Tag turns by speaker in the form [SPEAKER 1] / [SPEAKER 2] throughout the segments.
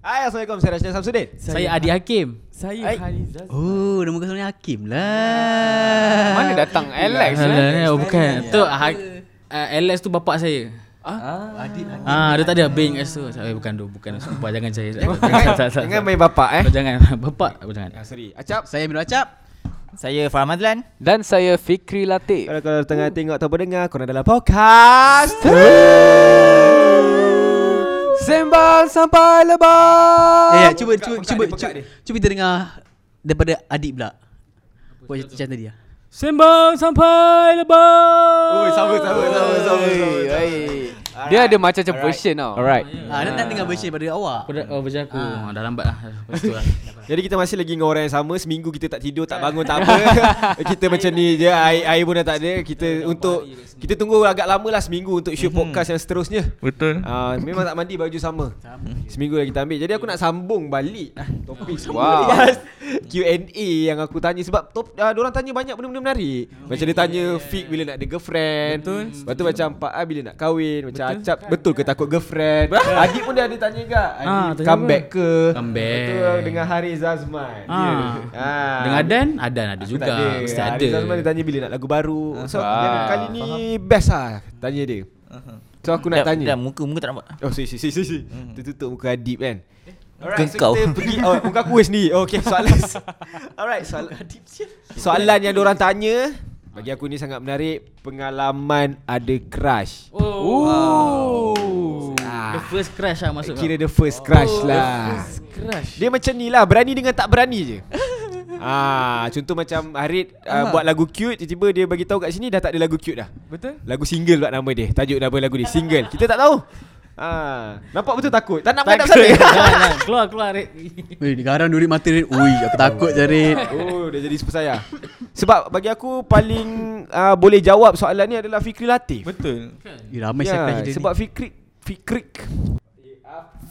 [SPEAKER 1] Hai Assalamualaikum Saya Rashid Samsudin
[SPEAKER 2] Saya Adi Hakim.
[SPEAKER 3] Saya
[SPEAKER 1] Ai.
[SPEAKER 3] Khalid Zazwan.
[SPEAKER 4] Oh, nama kau sebenarnya Hakim lah.
[SPEAKER 5] Mana datang Alex
[SPEAKER 1] eh?
[SPEAKER 5] lah.
[SPEAKER 2] Alah, oh bukan. Tu ha, ah, Alex tu bapak saya.
[SPEAKER 3] Ah, adik Hakim.
[SPEAKER 2] Ah, dia tak ada abang kat situ. Saya bukan tu, bukan sumpah jangan saya. Tak, tak, tak,
[SPEAKER 5] Jangan
[SPEAKER 2] tak.
[SPEAKER 5] main bapak eh.
[SPEAKER 2] Jangan bapak, oh, jangan.
[SPEAKER 1] ah, Sorry Acap
[SPEAKER 4] Saya Minul Acap.
[SPEAKER 6] Saya Farah Madlan.
[SPEAKER 7] Dan saya Fikri Latif.
[SPEAKER 1] Kalau korang tengah tengok atau berdengar Korang dalam podcast
[SPEAKER 7] Sembang sampai lebar.
[SPEAKER 4] Ya, ya, cuba
[SPEAKER 1] buka-
[SPEAKER 4] cuba
[SPEAKER 1] buka Oh. dia, buka
[SPEAKER 4] cuba cu-
[SPEAKER 1] dia.
[SPEAKER 4] cuba kita dengar daripada adik pula. Buat macam tadi ah.
[SPEAKER 2] Sembang sampai lebar.
[SPEAKER 1] Oi sama sama sama sama
[SPEAKER 7] Dia ada macam-macam version tau.
[SPEAKER 5] Alright.
[SPEAKER 3] Hmm.
[SPEAKER 4] Ah, nak nak dengar version daripada awak.
[SPEAKER 2] Aku dah oh, baju aku. Ah, dah lambat lah. Lepas tu lah.
[SPEAKER 1] Jadi kita masih lagi dengan orang yang sama Seminggu kita tak tidur Tak bangun tak apa Kita macam ni je air, air pun dah tak ada Kita untuk Kita tunggu agak lama lah Seminggu untuk shoot podcast yang seterusnya
[SPEAKER 3] Betul.
[SPEAKER 1] Ah, Memang tak mandi baju sama Seminggu lagi kita ambil Jadi aku nak sambung balik ah, Topik
[SPEAKER 5] Wow.
[SPEAKER 1] Q&A yang aku tanya Sebab top, ah, diorang tanya banyak benda-benda menarik Macam dia tanya Fik bila nak ada girlfriend Betul Lepas tu macam Pak A bila nak kahwin Macam Betul. Acap Betul ke takut girlfriend Adik pun dia ada tanya juga
[SPEAKER 2] Ah,
[SPEAKER 1] Adik
[SPEAKER 2] tanya
[SPEAKER 1] comeback ke
[SPEAKER 2] Comeback.
[SPEAKER 1] Betul dengan Haris Azman
[SPEAKER 2] Ah.
[SPEAKER 1] ah.
[SPEAKER 2] Dengan Adan, Adan ada
[SPEAKER 1] Aku
[SPEAKER 2] juga.
[SPEAKER 1] tak ada. Ah,
[SPEAKER 2] Mesti
[SPEAKER 1] Haris
[SPEAKER 2] ada.
[SPEAKER 1] Azman dia tanya bila nak lagu baru So dia ada
[SPEAKER 5] Faham.
[SPEAKER 1] kali ni best lah Tanya dia So aku nak
[SPEAKER 6] Dah-
[SPEAKER 1] tanya
[SPEAKER 6] Dah muka muka tak nampak.
[SPEAKER 1] Oh si si si si si. Hmm. Tertutup muka Adib kan.
[SPEAKER 6] Muka kau.
[SPEAKER 1] kita pergi oh, muka aku sendiri. Oh, okay, soalan. Alright, soalan Adib Soalan yang diorang tanya bagi aku ni sangat menarik pengalaman ada crush.
[SPEAKER 2] Oh.
[SPEAKER 1] Ah.
[SPEAKER 2] The first crush lah masuk.
[SPEAKER 1] Kira the first crush lah.
[SPEAKER 2] crush.
[SPEAKER 1] Dia macam ni lah Berani dengan tak berani je Ah, contoh macam Harid uh, buat lagu cute tiba-tiba dia bagi tahu kat sini dah tak ada lagu cute dah.
[SPEAKER 3] Betul?
[SPEAKER 1] Lagu single pula nama dia. Tajuk nama lagu dia single. Kita tak tahu. Ah, nampak betul takut. Tak nak main tak
[SPEAKER 2] Jangan,
[SPEAKER 1] sana.
[SPEAKER 2] jangan. Keluar, keluar. Rik.
[SPEAKER 4] Weh, digarang durit mata dia. Ui, aku takut je Rit.
[SPEAKER 1] Oh, dia jadi super saya. Sebab bagi aku paling uh, boleh jawab soalan ni adalah Fikri Latif.
[SPEAKER 3] Betul.
[SPEAKER 4] Eh, ramai yeah, sakan dia.
[SPEAKER 1] Ya, sebab Fikri Fikri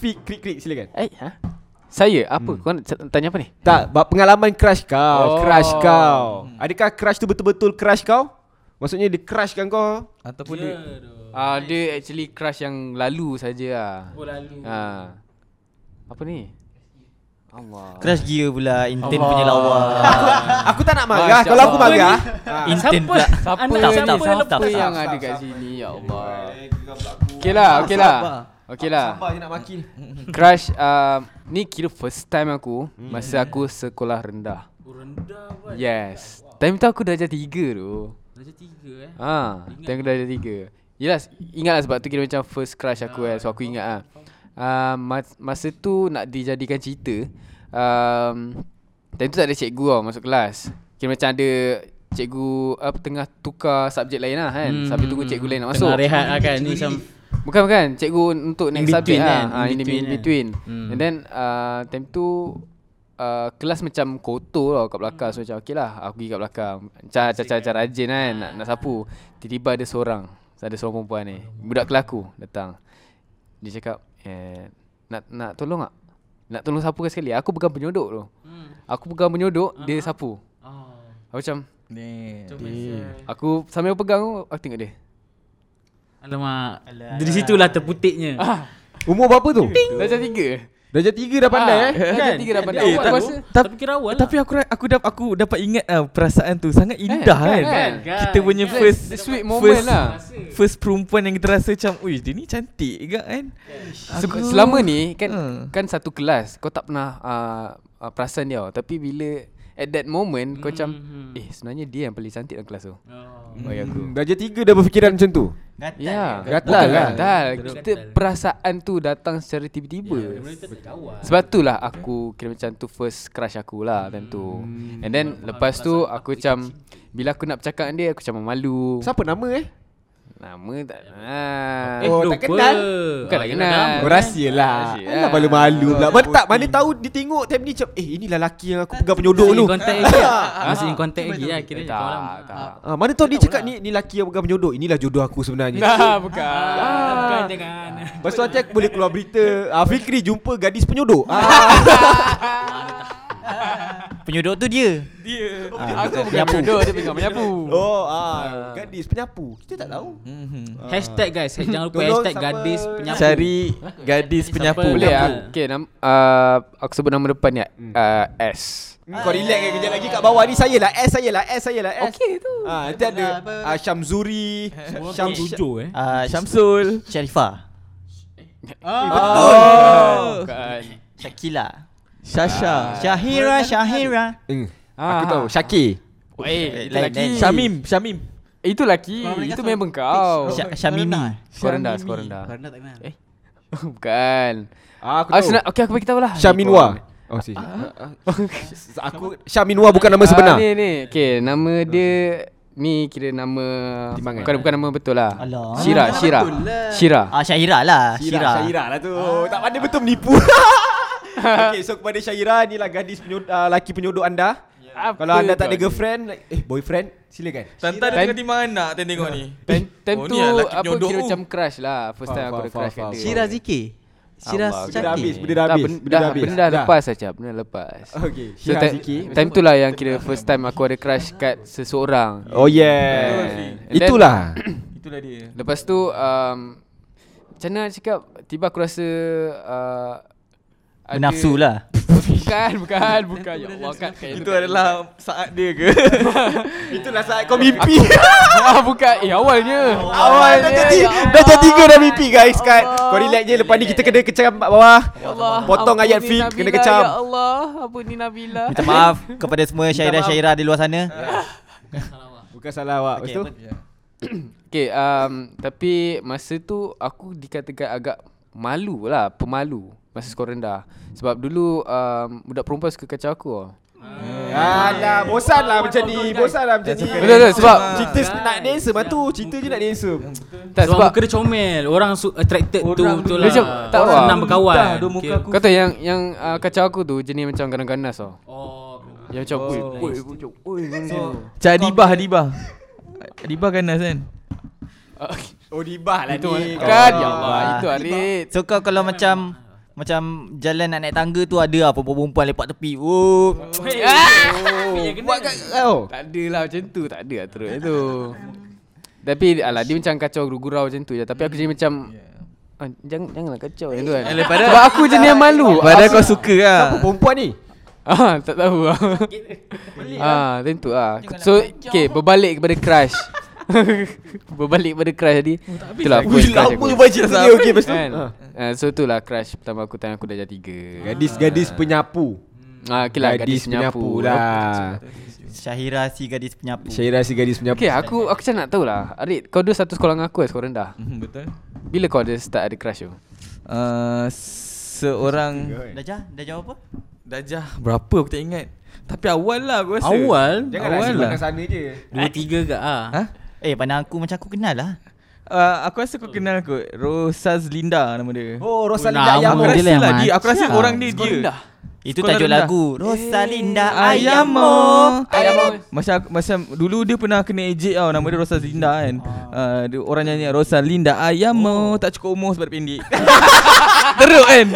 [SPEAKER 1] Fikri Krik silakan.
[SPEAKER 7] Eh, ha? Saya? Apa? Kau nak tanya apa ni?
[SPEAKER 1] Tak, bab pengalaman crush kau, oh.
[SPEAKER 7] Oh.
[SPEAKER 1] crush kau. Adakah crush tu betul-betul crush kau? Maksudnya dia crushkan kau?
[SPEAKER 3] Ataupun dia
[SPEAKER 7] Ah, dia actually crush yang lalu saja lah.
[SPEAKER 2] Oh, lalu.
[SPEAKER 7] Ha. Apa ni? Allah.
[SPEAKER 6] Crush gear pula intern punya lawa.
[SPEAKER 1] Aku tak nak marah. Kalau aku marah, ah,
[SPEAKER 6] Intern pula.
[SPEAKER 7] Siapa,
[SPEAKER 2] Anak
[SPEAKER 7] siapa,
[SPEAKER 2] siapa yang
[SPEAKER 7] siapa, siapa
[SPEAKER 2] lepas?
[SPEAKER 7] yang
[SPEAKER 1] Stop,
[SPEAKER 7] ada
[SPEAKER 1] stop,
[SPEAKER 7] kat
[SPEAKER 1] stop.
[SPEAKER 7] sini? Ya Allah. Okey lah, okey lah. Okey lah.
[SPEAKER 1] Sabar je nak maki ni.
[SPEAKER 7] Crush, um, ni kira first time aku masa aku sekolah rendah.
[SPEAKER 2] Rendah buat.
[SPEAKER 7] Yes. Time tu aku darjah tiga tu.
[SPEAKER 2] Darjah tiga eh.
[SPEAKER 7] Ha, time aku darjah tiga. Yelah, ingatlah sebab tu kira macam first crush aku kan. So aku ingat ah. Uh, mas- masa tu nak dijadikan cerita, um, time tu tak ada cikgu tau masuk kelas. Kira macam ada cikgu apa tengah tukar subjek lain lah kan. Hmm. Sambil tunggu cikgu lain nak masuk.
[SPEAKER 2] Tengah rehat lah kan. Ni macam
[SPEAKER 7] Bukan bukan Cikgu
[SPEAKER 2] In
[SPEAKER 7] untuk next
[SPEAKER 2] between
[SPEAKER 7] subject lah
[SPEAKER 2] kan?
[SPEAKER 7] ha, In, between, in
[SPEAKER 2] kan?
[SPEAKER 7] between.
[SPEAKER 2] Hmm.
[SPEAKER 7] And then uh, Time tu uh, Kelas macam kotor tau Kat belakang So macam okay lah Aku pergi kat belakang Macam
[SPEAKER 2] eh.
[SPEAKER 7] macam rajin kan nak, nak sapu Tiba-tiba ada seorang Ada seorang perempuan ni Budak kelaku Datang Dia cakap eh, Nak nak tolong tak? Nak tolong sapu kan sekali Aku pegang penyodok tu
[SPEAKER 2] Hmm.
[SPEAKER 7] Aku pegang penyodok
[SPEAKER 2] Uh-huh.
[SPEAKER 7] Dia sapu
[SPEAKER 2] Oh.
[SPEAKER 7] Aku macam
[SPEAKER 3] ni.
[SPEAKER 7] Aku sambil pegang tu Aku tengok dia
[SPEAKER 2] Alamak. Dari situlah terputiknya.
[SPEAKER 1] Umur berapa tu?
[SPEAKER 7] Darjah tiga
[SPEAKER 1] Darjah 3 dah pandai eh.
[SPEAKER 7] Darjah tiga dah pandai
[SPEAKER 2] Eh,
[SPEAKER 7] Awak
[SPEAKER 2] tak-
[SPEAKER 7] rasa
[SPEAKER 2] Tapi kira awal lah.
[SPEAKER 3] Eh, Tapi aku ra- aku dap, aku dapat ingat lah perasaan tu sangat indah kan.
[SPEAKER 7] kan,
[SPEAKER 3] kan,
[SPEAKER 7] kan,
[SPEAKER 2] kan.
[SPEAKER 3] Kita punya
[SPEAKER 7] Yes,
[SPEAKER 3] first
[SPEAKER 7] the sweet moment
[SPEAKER 3] first,
[SPEAKER 7] lah.
[SPEAKER 3] First perempuan yang kita rasa macam, "Ui, dia ni cantik juga kan."
[SPEAKER 7] Seb- selama ni kan
[SPEAKER 3] Hmm.
[SPEAKER 7] kan satu kelas kau tak pernah uh, uh, perasan dia tau. tapi bila at that moment kau macam eh sebenarnya dia yang paling cantik dalam kelas tu. Bagi aku.
[SPEAKER 1] Hmm, Darjah 3 dah berfikiran macam tu.
[SPEAKER 6] Gatal.
[SPEAKER 7] Ya,
[SPEAKER 1] Gatal
[SPEAKER 7] gatal
[SPEAKER 1] lah.
[SPEAKER 7] gatal. Ya, Kita perasaan tu datang secara tiba-tiba. Sebab tu lah aku kira macam tu first crush aku lah time tu. And then lepas tu aku macam bila aku nak bercakap dengan dia aku macam malu.
[SPEAKER 1] Siapa nama eh?
[SPEAKER 7] Nama tak ah. nak.
[SPEAKER 2] Eh,
[SPEAKER 1] Oh, tak kenal.
[SPEAKER 7] Bukan tak kenal.
[SPEAKER 1] Oh, rahsia lah.
[SPEAKER 7] Rahsia.
[SPEAKER 1] Alah malu-malu pula. Mana tak, mana tahu dia tengok time ni macam, eh inilah lelaki yang aku pegang penyodok dulu.
[SPEAKER 2] Duduk dulu. Masih in contact lagi. eh. Masih in contact lagi lah. Kira
[SPEAKER 7] Tak,
[SPEAKER 2] macam
[SPEAKER 7] tak.
[SPEAKER 1] Ah, mana tahu dia cakap ni ni lelaki yang pegang penyodok. Inilah jodoh aku sebenarnya.
[SPEAKER 7] Ah, bukan.
[SPEAKER 2] Ah, bukan jangan.
[SPEAKER 1] Lepas tu nanti aku boleh keluar berita, ah, Fikri jumpa gadis penyodok. Ah.
[SPEAKER 6] penyodok tu dia.
[SPEAKER 3] Ah,
[SPEAKER 7] Aku bukan bodoh Dia pegang menyapu
[SPEAKER 1] Oh ah, gadis penyapu. Kita tak tahu.
[SPEAKER 3] Mhm.
[SPEAKER 2] Hashtag guys Jangan lupa
[SPEAKER 1] Tolong
[SPEAKER 2] hashtag
[SPEAKER 1] siapa-
[SPEAKER 2] gadis penyapu
[SPEAKER 3] Cari gadis penyapu.
[SPEAKER 7] Boleh ah. Okay nam, uh, Aku sebut nama depan ni uh, S
[SPEAKER 1] Hmm, Kau relax kan kejap lagi kat bawah ni saya lah S saya lah S saya lah S.
[SPEAKER 7] Okay tu
[SPEAKER 1] Ah, nanti ada ah, Syamzuri, Syam
[SPEAKER 5] Jujur eh
[SPEAKER 6] Ah,
[SPEAKER 3] Syamsul.
[SPEAKER 6] Sharifah.
[SPEAKER 1] Oh.
[SPEAKER 7] Bukan
[SPEAKER 6] Shakila.
[SPEAKER 3] Shasha.
[SPEAKER 6] Syahira, Syahira.
[SPEAKER 1] Aku
[SPEAKER 7] Ah.
[SPEAKER 1] tahu Syakir.
[SPEAKER 7] Eh, itu
[SPEAKER 6] Lain,
[SPEAKER 7] laki.
[SPEAKER 6] lain.
[SPEAKER 3] Syamim, Syamim.
[SPEAKER 7] Itu laki.
[SPEAKER 4] Orang Melayu
[SPEAKER 7] Itu
[SPEAKER 4] sorry.
[SPEAKER 7] memang kau.
[SPEAKER 6] Sya- Syamimi.
[SPEAKER 7] Skor rendah, skor rendah.
[SPEAKER 4] Kerana tak kenal
[SPEAKER 7] Eh, Bukan.
[SPEAKER 1] Ah, aku
[SPEAKER 7] Aku
[SPEAKER 1] tahu.
[SPEAKER 7] nak okey aku bagi tahu lah.
[SPEAKER 1] Syaminwa. Oh, si. Aku Syaminwa bukan nama sebenar.
[SPEAKER 7] Ah, ni ni. Okey, nama dia ni kira nama
[SPEAKER 1] Timbangan.
[SPEAKER 7] bukan bukan nama betul lah.
[SPEAKER 6] Alah.
[SPEAKER 7] Syira,
[SPEAKER 4] Nama
[SPEAKER 7] Syira.
[SPEAKER 4] betul lah.
[SPEAKER 7] Syira.
[SPEAKER 6] Ah, Syahira lah.
[SPEAKER 1] Syaira
[SPEAKER 6] Syira.
[SPEAKER 1] Syaira lah tu Tak pandai betul menipu Okay so kepada Syaira Inilah gadis penyod, uh, laki penyodok anda
[SPEAKER 7] Apa
[SPEAKER 1] Kalau anda tak ada
[SPEAKER 7] kau ni?
[SPEAKER 1] girlfriend like, Eh boyfriend Silakan
[SPEAKER 3] Tantan
[SPEAKER 7] Time-
[SPEAKER 3] ada tengah anak Tantan tengok ni.
[SPEAKER 7] Time, time
[SPEAKER 3] Oh,
[SPEAKER 7] tu
[SPEAKER 3] ni lah laki
[SPEAKER 7] apa
[SPEAKER 3] penyodok
[SPEAKER 7] kira
[SPEAKER 3] tu.
[SPEAKER 7] macam crush lah First time
[SPEAKER 1] Faham,
[SPEAKER 7] aku ada
[SPEAKER 1] faham,
[SPEAKER 7] crush kat
[SPEAKER 1] faham,
[SPEAKER 7] dia
[SPEAKER 4] Syirah Zikir Syirah
[SPEAKER 7] Allah,
[SPEAKER 1] Benda dah habis
[SPEAKER 4] Zikir
[SPEAKER 1] Benda dah
[SPEAKER 7] Tak,
[SPEAKER 1] habis
[SPEAKER 7] ben- dah, benda dah lepas saja, benda dah lepas.
[SPEAKER 1] Okay
[SPEAKER 7] So,
[SPEAKER 1] Syaira
[SPEAKER 7] time,
[SPEAKER 1] Ziki
[SPEAKER 7] time tu lah yang kira first time aku ada crush kat seseorang.
[SPEAKER 1] Oh yeah
[SPEAKER 7] And then-
[SPEAKER 1] Itulah
[SPEAKER 3] Itulah dia.
[SPEAKER 7] Lepas tu um, Macam mana nak cakap Tiba aku rasa uh, ada-
[SPEAKER 6] Menafsu lah.
[SPEAKER 7] Bukan Bukan Bukan Ya Allah kat kat
[SPEAKER 3] Itu adalah saat dia ke?
[SPEAKER 1] Itulah saat kau mimpi
[SPEAKER 7] ah, Bukan Eh awalnya Ya
[SPEAKER 1] Awal dah Oh, jadi Dah jadi tiga dah mimpi guys kat Kau relax je Lepas ni kita kena kecam kat bawah Potong ayat fiq Kena kecam
[SPEAKER 7] Ya Allah Apa ni Nabila
[SPEAKER 6] Minta maaf kepada semua Syaira-Syaira di luar sana.
[SPEAKER 1] Bukan salah awak Lepas tu
[SPEAKER 7] Okay um, Tapi Masa tu Aku dikatakan agak Malu lah Pemalu Masa skor rendah Sebab dulu um, Budak perempuan suka kacau aku tau.
[SPEAKER 1] Alah Bosan lah macam ni Bosan lah macam ni
[SPEAKER 7] Betul betul sebab
[SPEAKER 1] Cerita nak dancer Lepas tu cerita je nak dancer
[SPEAKER 7] Tak
[SPEAKER 2] sebab,
[SPEAKER 7] sebab
[SPEAKER 2] muka dia comel Orang su- eh, attracted tu Betul
[SPEAKER 7] Dia
[SPEAKER 2] lah
[SPEAKER 7] macam tak faham.
[SPEAKER 2] Senang berkawan
[SPEAKER 3] Dua muka
[SPEAKER 2] Okay.
[SPEAKER 3] aku.
[SPEAKER 7] Kau tahu yang yang uh, kacau aku tu jenis macam ganas-ganas tau.
[SPEAKER 2] Oh
[SPEAKER 7] Yang macam oi oi oi.
[SPEAKER 3] Cak Adibah, Adibah. Adibah ganas kan?
[SPEAKER 1] Oh dibah lah
[SPEAKER 7] Itu
[SPEAKER 1] ni
[SPEAKER 7] kan ya Allah itu Arif.
[SPEAKER 6] So kau kalau macam macam jalan nak naik tangga tu ada apa perempuan lepak tepi. Oh.
[SPEAKER 1] Buat kat kau
[SPEAKER 2] oh.
[SPEAKER 7] Tak ada lah macam tu, tak ada lah terus itu. Tapi alah dia macam kacau gurau macam tu je. Tapi aku jadi macam
[SPEAKER 2] Hmm.
[SPEAKER 7] Ah, jangan janganlah kacau yang tu
[SPEAKER 2] Eh,
[SPEAKER 7] kan. Sebab aku jenis yang malu.
[SPEAKER 3] Padahal kau suka lah.
[SPEAKER 1] Siapa perempuan ni?
[SPEAKER 7] Ah, tak tahu.
[SPEAKER 2] lah.
[SPEAKER 7] ah, tentu ah. So, okay, berbalik kepada crush. berbalik kepada crush
[SPEAKER 2] Oh,
[SPEAKER 7] tadi.
[SPEAKER 2] lah.
[SPEAKER 7] Itulah aku yang crush aku.
[SPEAKER 1] baca dia okey best
[SPEAKER 7] Kan? Ah, so itulah crush pertama aku time aku darjah 3.
[SPEAKER 1] Gadis-gadis penyapu.
[SPEAKER 7] kan? Ah, okay lah, gadis, penyapu.
[SPEAKER 1] lah.
[SPEAKER 6] Syahira si gadis penyapu.
[SPEAKER 1] Syaira si gadis penyapu.
[SPEAKER 7] Okay, aku aku macam nak tahu lah. Arik, kau dua satu sekolah dengan aku eh, sekolah rendah.
[SPEAKER 3] Mhm, Betul.
[SPEAKER 7] Bila kau ada start ada crush tu?
[SPEAKER 3] Ah, Seorang
[SPEAKER 6] Dah jah, dah jawab apa?
[SPEAKER 3] Dajah berapa aku tak ingat. Tapi awal lah aku rasa.
[SPEAKER 2] Awal
[SPEAKER 1] Jangan nak
[SPEAKER 3] Awal
[SPEAKER 1] sibuk
[SPEAKER 3] lah.
[SPEAKER 1] kat sana je.
[SPEAKER 2] Dua tiga ke ah.
[SPEAKER 3] Ha?
[SPEAKER 6] Eh pandang aku macam aku kenal lah.
[SPEAKER 3] Uh, aku rasa kau kenal kot Rosaz Linda nama dia.
[SPEAKER 1] Oh,
[SPEAKER 2] Nama
[SPEAKER 1] Rosalinda ayam.
[SPEAKER 3] aku
[SPEAKER 2] dia
[SPEAKER 3] rasa
[SPEAKER 2] lah yang
[SPEAKER 3] lah dia. Aku rasa
[SPEAKER 2] macam.
[SPEAKER 3] orang dia dia.
[SPEAKER 6] Itu
[SPEAKER 3] Sekolah
[SPEAKER 6] tajuk
[SPEAKER 3] rendah.
[SPEAKER 6] lagu Rosalinda
[SPEAKER 3] Ayamo.
[SPEAKER 6] Ayamo.
[SPEAKER 7] Ayam.
[SPEAKER 3] Masa masa dulu dia pernah kena ejek tau nama dia Rosalinda kan. Uh, dia, orang nyanyi Rosalinda Ayamo oh. tak cukup umur sebab dia pendek. Teruk kan?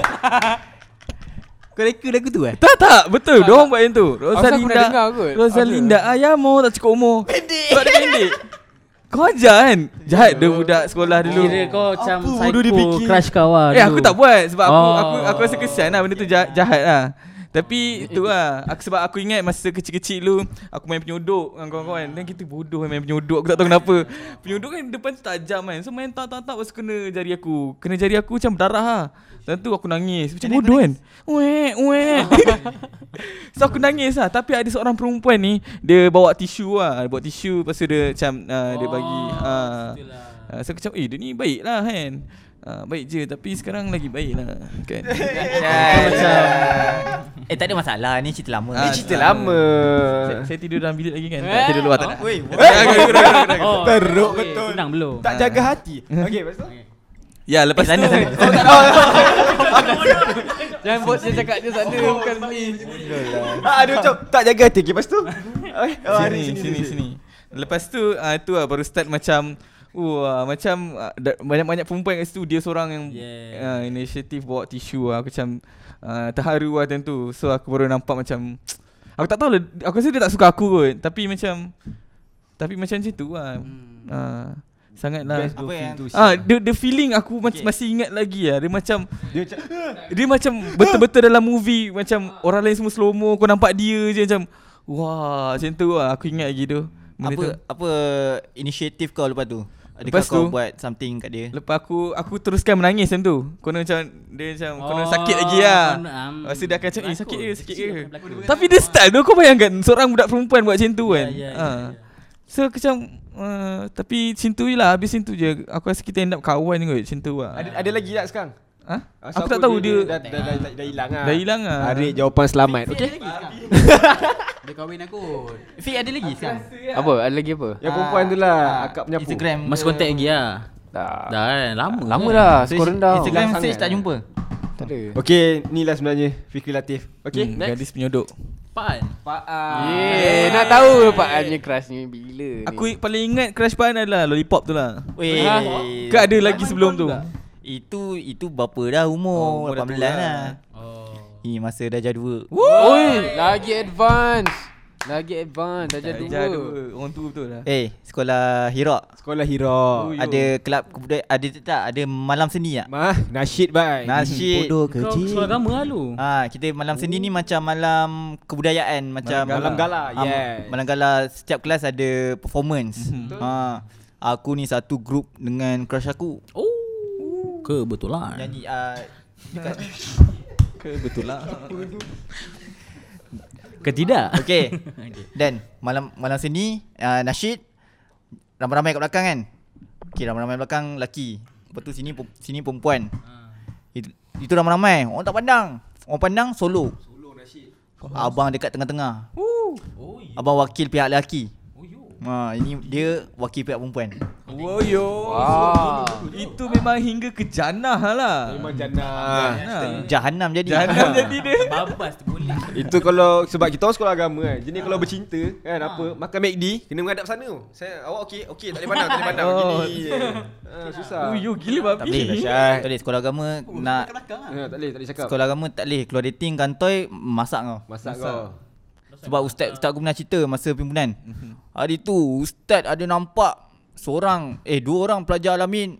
[SPEAKER 4] Kau reka lagu tu eh
[SPEAKER 3] Tak tak betul. Dia orang buat yang tu.
[SPEAKER 7] Asal aku dah
[SPEAKER 3] Rosalinda.
[SPEAKER 7] dengar kot.
[SPEAKER 3] Rosalinda Ayamo tak cukup umur. Pendek. Sebab dia pendek. Kau ajar kan? Jahat dia budak sekolah dulu.
[SPEAKER 2] Kira kau macam
[SPEAKER 1] Apa bodoh dia
[SPEAKER 2] psycho
[SPEAKER 1] fikir?
[SPEAKER 2] crush kau lah
[SPEAKER 3] Eh aku
[SPEAKER 2] dulu.
[SPEAKER 3] tak buat sebab aku
[SPEAKER 2] Oh.
[SPEAKER 3] aku aku rasa kesian lah benda tu jahat, jahat lah. Tapi itu lah aku, Sebab aku ingat masa kecil-kecil dulu Aku main penyodok dengan kawan-kawan Dan kita bodoh main penyodok Aku tak tahu kenapa Penyodok kan depan tu tajam kan So main tak-tak-tak Lepas tu kena jari aku Kena jari aku macam berdarah lah Dan tu aku nangis Macam bodoh kan Weh weh So aku nangis lah Tapi ada seorang perempuan ni Dia bawa tisu lah Dia bawa tisu Lepas tu dia macam uh, Dia bagi
[SPEAKER 2] Oh,
[SPEAKER 3] uh, uh, So aku macam Eh dia ni baik lah kan uh, Baik je Tapi sekarang lagi baik lah Kan
[SPEAKER 6] Eh tak ada masalah ni cerita lama.
[SPEAKER 1] Ni
[SPEAKER 3] Ah,
[SPEAKER 1] cerita lama.
[SPEAKER 3] saya, saya tidur dalam bilik lagi kan Tak tidur luar tak nak
[SPEAKER 6] Weh,
[SPEAKER 1] Eh,
[SPEAKER 2] Oh,
[SPEAKER 1] Teruk
[SPEAKER 2] weh,
[SPEAKER 1] betul.
[SPEAKER 2] Tunang belum
[SPEAKER 1] Tak jaga hati. Okey, lepas tu?
[SPEAKER 3] Ya lepas tu
[SPEAKER 6] sana sana.
[SPEAKER 7] Jangan buat dia cakap dia sana
[SPEAKER 2] Oh,
[SPEAKER 7] bukan sini.
[SPEAKER 1] Ah, Ada macam tak jaga hati. Okey, lepas tu? Okay. Oh, ada
[SPEAKER 3] sini, sini, sini. Lepas tu ah tu lah baru start macam Wah, macam ah, da- banyak-banyak perempuan kat situ dia seorang yang yeah. uh, ah, inisiatif bawa tisu lah. Aku macam uh, terharu lah tentu. So aku baru nampak macam Aku tak tahu lah Aku rasa dia tak suka aku kot Tapi macam Tapi macam macam tu lah hmm. uh, Sangatlah
[SPEAKER 6] Apa yang tu
[SPEAKER 1] lah.
[SPEAKER 3] Ah, the, the feeling aku okay. masih ingat lagi lah Dia macam Dia macam Dia macam betul-betul dalam movie Macam orang lain semua slow-mo Kau nampak dia je macam Wah macam tu lah Aku ingat lagi tu Benda
[SPEAKER 6] apa Eh.
[SPEAKER 3] tu
[SPEAKER 6] apa inisiatif kau lepas tu? Adakah
[SPEAKER 3] Lepas
[SPEAKER 6] lepas kau
[SPEAKER 3] tu-
[SPEAKER 6] tu, buat something kat dia?
[SPEAKER 3] Lepas aku aku teruskan menangis macam tu. Konon macam dia macam oh, konon sakit lagi lah.
[SPEAKER 2] um, hmm.
[SPEAKER 3] Lepas tu dia akan macam eh sakit ke sakit ke. Tapi dia style tu kau bayangkan seorang budak perempuan buat macam tu kan.
[SPEAKER 4] ya,
[SPEAKER 3] Ha. So aku macam uh, tapi macam tu je lah habis macam tu je. Aku rasa kita end up kawan kot macam tu lah.
[SPEAKER 1] Ada ada lagi tak sekarang?
[SPEAKER 3] Ha?
[SPEAKER 1] Asal
[SPEAKER 3] Aku tak tahu
[SPEAKER 1] dah
[SPEAKER 3] dia
[SPEAKER 1] dah dah- dah- dah hilang ah.
[SPEAKER 3] dah hilang ah.
[SPEAKER 1] Tarik jawapan selamat. Okey.
[SPEAKER 4] Dia kahwin aku. Fik ada lagi sekarang?
[SPEAKER 7] Apa? Ada lagi apa?
[SPEAKER 1] Yang perempuan tu lah
[SPEAKER 3] Ah,
[SPEAKER 1] akak Ah. penyapu.
[SPEAKER 6] Instagram.
[SPEAKER 4] Masih kontak lagi lah.
[SPEAKER 7] Dah.
[SPEAKER 4] Dah
[SPEAKER 2] eh.
[SPEAKER 4] kan lama.
[SPEAKER 7] Lama
[SPEAKER 4] kan?
[SPEAKER 7] dah.
[SPEAKER 6] Search-
[SPEAKER 7] Skor rendah.
[SPEAKER 6] Instagram
[SPEAKER 1] Hilang
[SPEAKER 6] search
[SPEAKER 1] sangat.
[SPEAKER 6] tak jumpa.
[SPEAKER 7] Tak ada.
[SPEAKER 1] Okey, ni lah sebenarnya Fikri Latif. Okey,
[SPEAKER 3] Hmm,
[SPEAKER 1] next.
[SPEAKER 3] Gadis penyodok.
[SPEAKER 4] Apaan?
[SPEAKER 7] Yeah, nak tahu Pak An punya crush ni bila ni.
[SPEAKER 3] Aku paling ingat crush Pan adalah lollipop tu lah.
[SPEAKER 6] Weh.
[SPEAKER 7] Ha?
[SPEAKER 6] Eh,
[SPEAKER 3] Ke ada lagi sebelum tu?
[SPEAKER 6] Itu itu berapa dah
[SPEAKER 3] Oh,
[SPEAKER 6] umur?
[SPEAKER 3] umur dah
[SPEAKER 6] 18
[SPEAKER 3] tua
[SPEAKER 6] lah.
[SPEAKER 3] lah.
[SPEAKER 4] Oh.
[SPEAKER 6] Ih, masa dah jadual.
[SPEAKER 7] Oi, lagi advance. Lagi advance. Dah jadi
[SPEAKER 3] Darjah
[SPEAKER 7] dua.
[SPEAKER 3] Orang tu betul lah.
[SPEAKER 6] Eh, sekolah Hira.
[SPEAKER 3] Hmm.
[SPEAKER 1] Sekolah Hira.
[SPEAKER 3] Ui.
[SPEAKER 6] Ada kelab kebudayaan ada tak, tak ada malam seni tak?
[SPEAKER 1] Mah, nasyid bai.
[SPEAKER 6] Nasyid.
[SPEAKER 1] Bodoh
[SPEAKER 4] Kau sekolah agama lah lu.
[SPEAKER 6] Ah, kita malam seni ni macam malam kebudayaan macam
[SPEAKER 1] Malam gala,
[SPEAKER 6] Ah,
[SPEAKER 1] yes.
[SPEAKER 6] Malam gala setiap kelas ada performance. Ha. Aku ni satu group dengan crush aku
[SPEAKER 2] Oh.
[SPEAKER 4] Kebetulan.
[SPEAKER 6] nyanyi ah dekat Eh, lah.
[SPEAKER 4] Ketidak.
[SPEAKER 6] Okay Dan malam malam sini uh, Nasyid Ramai-ramai kat belakang kan Okay ramai-ramai belakang lelaki Lepas tu sini pe- sini perempuan Itu, itu ramai-ramai Orang tak pandang Orang pandang solo Solo Nasyid Abang dekat tengah-tengah Abang wakil pihak lelaki Ha, ini dia wakil pihak perempuan
[SPEAKER 3] Wow yo.
[SPEAKER 7] Wah.
[SPEAKER 3] Itu memang hingga ke janah lah.
[SPEAKER 1] Memang jannah.
[SPEAKER 3] Nah.
[SPEAKER 6] Jahanam jadi Ha.
[SPEAKER 3] Janah Ah. jadi dia.
[SPEAKER 4] Babas tu boleh.
[SPEAKER 1] Itu kalau sebab kita orang sekolah agama kan. Jadi kalau bercinta kan apa makan McD kena menghadap sana. Saya awak okey okey tak boleh pandang tak boleh pandang
[SPEAKER 3] Oh.
[SPEAKER 1] gini. je. Ha, susah.
[SPEAKER 3] Oh yo gila
[SPEAKER 6] Tak boleh
[SPEAKER 3] babi.
[SPEAKER 6] Tak boleh sekolah agama nak
[SPEAKER 1] Ha, tak boleh tak boleh cakap.
[SPEAKER 6] Sekolah agama tak boleh Keluar dating kantoi Masak kau
[SPEAKER 1] Masak kau.
[SPEAKER 6] Sebab ustaz ustaz aku pernah cerita masa pimpinan. Hari tu ustaz ada nampak seorang eh dua orang pelajar alamin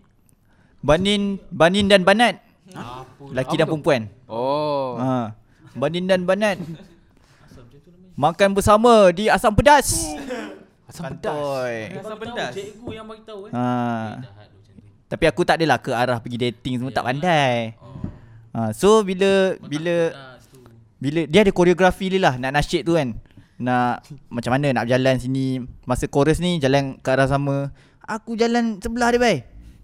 [SPEAKER 6] Banin Banin dan Banat. Laki dan perempuan.
[SPEAKER 7] Oh.
[SPEAKER 6] Ha. Banin dan Banat. Makan bersama di asam pedas.
[SPEAKER 7] Asam
[SPEAKER 6] Kantoi.
[SPEAKER 3] Asam pedas.
[SPEAKER 4] Cikgu yang bagi tahu kan.
[SPEAKER 6] Ha. Tapi aku tak adalah ke arah pergi dating
[SPEAKER 4] Ya,
[SPEAKER 6] semua tak pandai.
[SPEAKER 4] Oh.
[SPEAKER 6] Ha. So bila bila bila dia ada koreografi dia lah nak nasyid tu kan nak macam mana nak berjalan sini masa chorus ni jalan ke arah sama aku jalan sebelah dia bai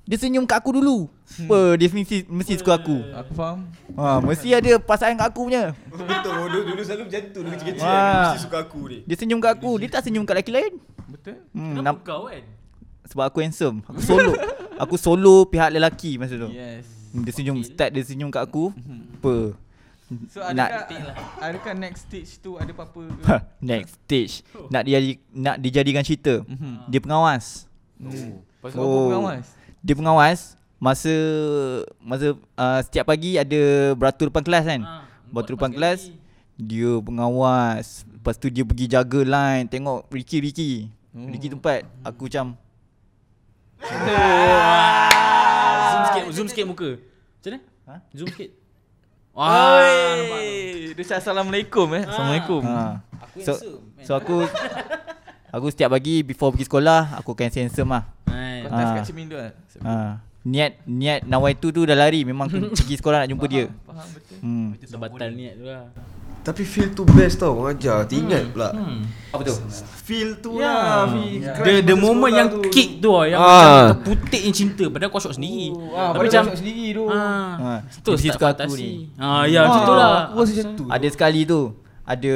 [SPEAKER 6] dia senyum kat aku dulu
[SPEAKER 4] Hmm.
[SPEAKER 6] apa dia mesti mesti suka aku
[SPEAKER 3] Aku faham.
[SPEAKER 6] ha mesti ada perasaan kat aku punya
[SPEAKER 1] Betul bodoh dulu selalu macam tu dulu kecil-kecil.
[SPEAKER 6] Wah.
[SPEAKER 1] Mesti suka aku ni.
[SPEAKER 6] dia senyum kat aku dia tak senyum kat lelaki lain
[SPEAKER 3] Betul.
[SPEAKER 6] hmm,
[SPEAKER 4] Kenapa
[SPEAKER 6] nam-
[SPEAKER 4] kau kan?
[SPEAKER 6] sebab aku handsome aku solo aku solo pihak lelaki masa tu
[SPEAKER 3] Yes.
[SPEAKER 6] Hmm, dia senyum start dia senyum kat aku apa
[SPEAKER 3] Hmm. So
[SPEAKER 6] Nak-
[SPEAKER 3] adakah adakah next stage tu ada apa-apa ke?
[SPEAKER 6] Ha, Next stage
[SPEAKER 3] Oh.
[SPEAKER 6] Nak dijadi, nak dijadikan cerita Dia pengawas
[SPEAKER 3] Hmm. Oh. Pasal apa
[SPEAKER 6] Oh.
[SPEAKER 3] pengawas?
[SPEAKER 6] Dia pengawas Masa Masa uh, Setiap pagi ada Beratur depan kelas kan
[SPEAKER 4] Ah,
[SPEAKER 6] Beratur depan
[SPEAKER 4] empat
[SPEAKER 6] kelas
[SPEAKER 4] kali.
[SPEAKER 6] Dia pengawas Lepas tu dia pergi jaga line Tengok Ricky Ricky Ricky tempat
[SPEAKER 3] Hmm.
[SPEAKER 6] Aku macam
[SPEAKER 4] Zoom sikit, zoom sikit muka. Macam mana?
[SPEAKER 6] Ha?
[SPEAKER 4] Zoom sikit.
[SPEAKER 3] Ah,
[SPEAKER 4] Wah, nampak.
[SPEAKER 3] Oi, dia cakap assalamualaikum eh. Assalamualaikum.
[SPEAKER 6] ha.
[SPEAKER 4] Aku
[SPEAKER 6] So,
[SPEAKER 4] handsome, man.
[SPEAKER 6] so aku Aku setiap pagi Before pergi sekolah Aku akan handsome lah
[SPEAKER 4] Hai.
[SPEAKER 3] Kau tak
[SPEAKER 6] Ah.
[SPEAKER 3] kat cermin tu eh?
[SPEAKER 6] ha. Niat Niat Nawai tu tu dah lari Memang aku pergi sekolah nak jumpa dia
[SPEAKER 3] Faham betul.
[SPEAKER 6] Hmm.
[SPEAKER 4] Dah batal niat tu lah.
[SPEAKER 5] Tapi feel tu best tau mengajar. Teringat pula.
[SPEAKER 6] Apa tu?
[SPEAKER 5] Feel tu
[SPEAKER 1] Ya,
[SPEAKER 5] lah. feel crush
[SPEAKER 4] The the
[SPEAKER 5] masa
[SPEAKER 4] moment
[SPEAKER 5] sekolah
[SPEAKER 4] yang
[SPEAKER 5] tu.
[SPEAKER 4] kick tu ah yang
[SPEAKER 1] Ah.
[SPEAKER 4] macam terputik yang cinta padahal kau shot sendiri.
[SPEAKER 1] Ah,
[SPEAKER 4] Tapi
[SPEAKER 1] pada
[SPEAKER 4] macam
[SPEAKER 1] macam sendiri tu.
[SPEAKER 6] Ha.
[SPEAKER 4] ah.
[SPEAKER 6] Dia
[SPEAKER 4] Terus
[SPEAKER 6] pergi
[SPEAKER 4] tak
[SPEAKER 6] suka aku ni.
[SPEAKER 4] fantasi. Ah ya macam tu lah.
[SPEAKER 5] Aku rasa macam tu.
[SPEAKER 6] Ada sekali tu Ada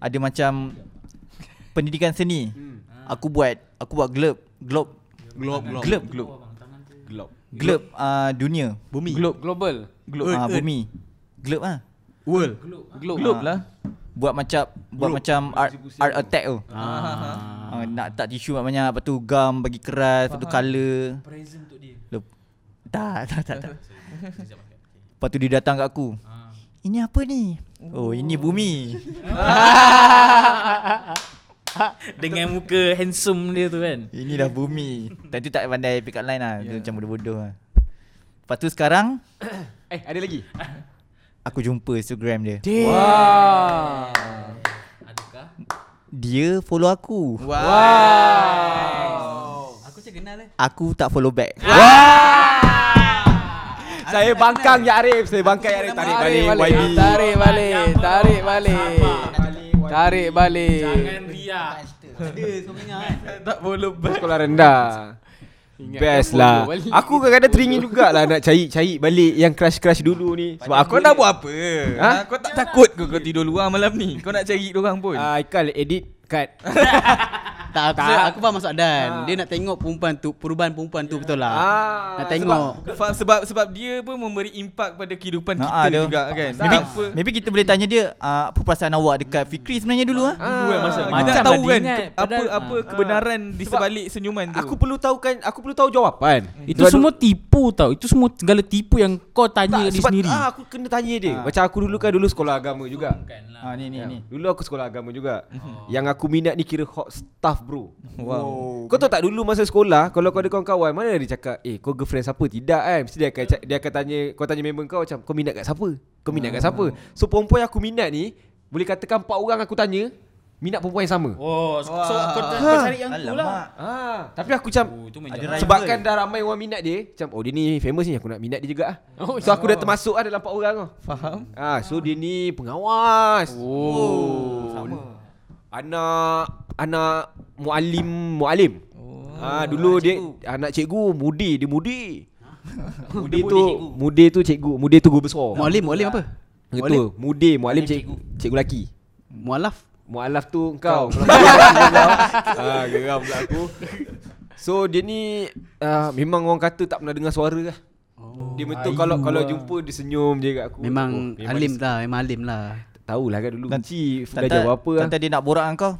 [SPEAKER 6] Ada macam Pendidikan seni
[SPEAKER 4] Hmm.
[SPEAKER 6] Aku buat Aku buat globe Globe Globe Globe Globe Globe uh, dunia
[SPEAKER 7] Bumi. Globe. Global.
[SPEAKER 6] Globe
[SPEAKER 3] Eh,
[SPEAKER 6] uh, bumi Globe ah
[SPEAKER 7] Globe.
[SPEAKER 3] Globe lah.
[SPEAKER 6] Buat macam Buat macam art, art attack tu
[SPEAKER 4] Ah.
[SPEAKER 6] ah. Nak tak tisu banyak-banyak Lepas tu gam bagi keras Lepas tu colour
[SPEAKER 4] Present untuk dia.
[SPEAKER 6] Lep-
[SPEAKER 4] Ah.
[SPEAKER 6] Tak tak tak, tak. Lepas tu dia datang kat aku Ini apa ni? Oh ini bumi
[SPEAKER 2] Dengan muka handsome dia tu kan
[SPEAKER 6] Ini dah bumi Time tu tak pandai pick up line lah
[SPEAKER 1] Ya.
[SPEAKER 6] yeah. Macam bodoh-bodoh lah Lepas tu sekarang
[SPEAKER 1] Eh ada lagi
[SPEAKER 6] Aku jumpa Instagram dia
[SPEAKER 2] Adakah
[SPEAKER 6] Dia follow aku
[SPEAKER 4] Aku macam kenal eh
[SPEAKER 6] Aku tak follow back
[SPEAKER 1] Saya bangkang Ya Arif Saya bangkang Ya Arif Tarik balik YB
[SPEAKER 7] Tarik balik Tarik balik Tarik balik
[SPEAKER 2] Jangan riak
[SPEAKER 4] Ada sebenarnya kan
[SPEAKER 3] Tak follow back
[SPEAKER 1] Sekolah rendah
[SPEAKER 7] Ingatkan
[SPEAKER 1] Best
[SPEAKER 7] follow
[SPEAKER 1] lah
[SPEAKER 7] balik.
[SPEAKER 1] Aku kadang-kadang teringin jugalah Nak cari-cari balik Yang crush-crush dulu ni Sebab aku
[SPEAKER 3] Kau dah buat apa?
[SPEAKER 1] Ha?
[SPEAKER 3] Ha? Kau tak takut ke kau tidur luar malam ni? Kau nak cari orang pun?
[SPEAKER 1] Ah, Haikal edit cut
[SPEAKER 4] Tak aku,
[SPEAKER 1] Tak.
[SPEAKER 4] aku faham maksud Dan
[SPEAKER 1] Ah.
[SPEAKER 4] Dia nak tengok perempuan tu Perubahan perempuan tu betul lah
[SPEAKER 1] Ah,
[SPEAKER 4] Nak tengok
[SPEAKER 3] Faham sebab sebab dia pun memberi impak pada kehidupan
[SPEAKER 6] Nak
[SPEAKER 3] kita
[SPEAKER 6] ada.
[SPEAKER 3] juga kan.
[SPEAKER 6] Maybe,
[SPEAKER 3] apa?
[SPEAKER 6] maybe kita boleh tanya dia ah, Apa perasaan awak dekat Fikri sebenarnya dulu lah
[SPEAKER 1] Ah.
[SPEAKER 3] Dulu kan masa
[SPEAKER 2] macam
[SPEAKER 3] kita nak
[SPEAKER 2] lah
[SPEAKER 3] tahu
[SPEAKER 2] dia
[SPEAKER 3] kan
[SPEAKER 2] ingat,
[SPEAKER 3] ke- apa
[SPEAKER 2] padahal- Ah.
[SPEAKER 3] apa kebenaran di
[SPEAKER 1] Sebab
[SPEAKER 3] sebalik senyuman tu.
[SPEAKER 1] Aku perlu tahu kan Aku perlu tahu jawapan
[SPEAKER 2] Hmm. Itu
[SPEAKER 1] Sebab
[SPEAKER 2] semua tipu tau Itu semua segala tipu yang kau tanya dia
[SPEAKER 1] sebab,
[SPEAKER 2] sendiri
[SPEAKER 1] ah, Aku kena tanya dia Macam aku dulu kan Dulu sekolah agama juga
[SPEAKER 6] ah, Ni ni ni
[SPEAKER 1] Dulu aku sekolah agama juga Oh. Yang aku minat ni kira hot stuff bro
[SPEAKER 3] wow.
[SPEAKER 1] Kau tahu tak dulu masa sekolah Kalau kau ada kawan-kawan Mana dia cakap Eh kau girlfriend siapa Tidak kan Mesti dia akan, ca- dia akan tanya Kau tanya member kau macam Kau minat kat siapa Kau minat kat siapa So perempuan yang aku minat ni Boleh katakan empat orang aku tanya Minat perempuan yang sama
[SPEAKER 2] Oh so, so kau, kau cari yang tu lah
[SPEAKER 6] Alamak
[SPEAKER 1] Ah, tapi aku macam
[SPEAKER 2] Oh, tu
[SPEAKER 6] Ada
[SPEAKER 2] menjadi
[SPEAKER 6] rival.
[SPEAKER 1] Sebabkan dah ramai orang minat dia Macam oh dia ni famous ni Aku nak minat dia juga ah. So aku dah termasuk lah dalam 4 orang tau
[SPEAKER 3] Faham?
[SPEAKER 1] ah, So dia ni pengawas Oh, Sama Anak Anak Mualim Mualim oh, ah, Dulu dia Anak cikgu Mudi Dia mudi Mudi tu Mudi tu cikgu Mudi tu guru besar
[SPEAKER 4] Mualim Mualim apa
[SPEAKER 1] Itu Mudi Mualim cikgu Cikgu lelaki
[SPEAKER 4] Mualaf
[SPEAKER 1] Mualaf tu engkau Kalau kau lelaki kau ah, Geram pula aku So dia ni ah, Memang orang kata tak pernah dengar suara lah dia betul kalau kalau jumpa dia senyum je kat aku.
[SPEAKER 4] Oh. Memang
[SPEAKER 1] Oh,
[SPEAKER 4] alim lah Memang alim lah
[SPEAKER 1] Tahu lah kan dulu
[SPEAKER 6] Tan-
[SPEAKER 1] Cik dah
[SPEAKER 6] Tante,
[SPEAKER 1] jawab apa lah.
[SPEAKER 6] Tante dia nak borak dengan kau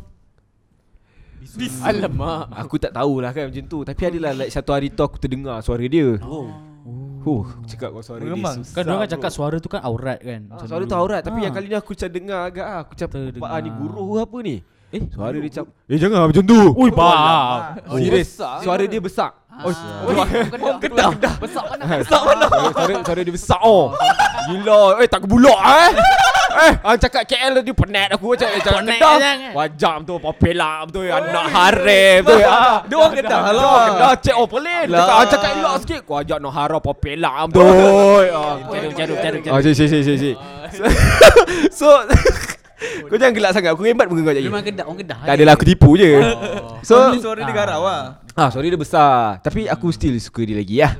[SPEAKER 7] Alamak
[SPEAKER 1] Aku tak tahulah kan macam tu Tapi adalah like satu hari tu aku terdengar suara dia Oh Huh, aku cakap kau suara
[SPEAKER 3] Memang.
[SPEAKER 1] Memang. dia
[SPEAKER 2] Kan
[SPEAKER 1] susah
[SPEAKER 2] orang
[SPEAKER 1] lah, bro. Oh,
[SPEAKER 2] cakap suara tu kan aurat kan
[SPEAKER 1] Ah,
[SPEAKER 2] macam
[SPEAKER 1] Suara tu
[SPEAKER 2] dulu.
[SPEAKER 1] aurat Tapi
[SPEAKER 2] Ah.
[SPEAKER 1] yang kali ni aku macam dengar agak lah Aku macam
[SPEAKER 2] Terdengar.
[SPEAKER 1] Pak ni guruh ke apa ni
[SPEAKER 2] Eh
[SPEAKER 1] Suara dia macam Eh jangan macam tu
[SPEAKER 2] Ui bab
[SPEAKER 1] Oh, Serius Suara dia besar Oh,
[SPEAKER 2] Ah.
[SPEAKER 1] oh kedah kedah Besar mana Besar mana suara, suara dia besar oh Gila Eh tak kebulak eh Eh, ah, cakap KL tadi penat aku macam eh, cakap
[SPEAKER 2] Penat
[SPEAKER 1] kedah.
[SPEAKER 2] sangat.
[SPEAKER 1] Wajah tu popular tu anak harem tu. Ah,
[SPEAKER 3] Dia orang kedah
[SPEAKER 1] Hello,
[SPEAKER 3] lah.
[SPEAKER 1] kedah cek oh pelik.
[SPEAKER 3] Lah.
[SPEAKER 1] Cakap ah, cakap elok sikit. Kau ajak nak harap popular tu. Ah,
[SPEAKER 2] Carut carut carut
[SPEAKER 1] Ah, si si si si si. So Kau jangan gelak sangat Aku rembat muka kau jadi
[SPEAKER 4] Memang kedah Orang kedah
[SPEAKER 1] Tak adalah aku tipu je So
[SPEAKER 3] So, suara dia garau lah.
[SPEAKER 1] Ah, sorry dia besar. Tapi aku still suka dia lagi lah.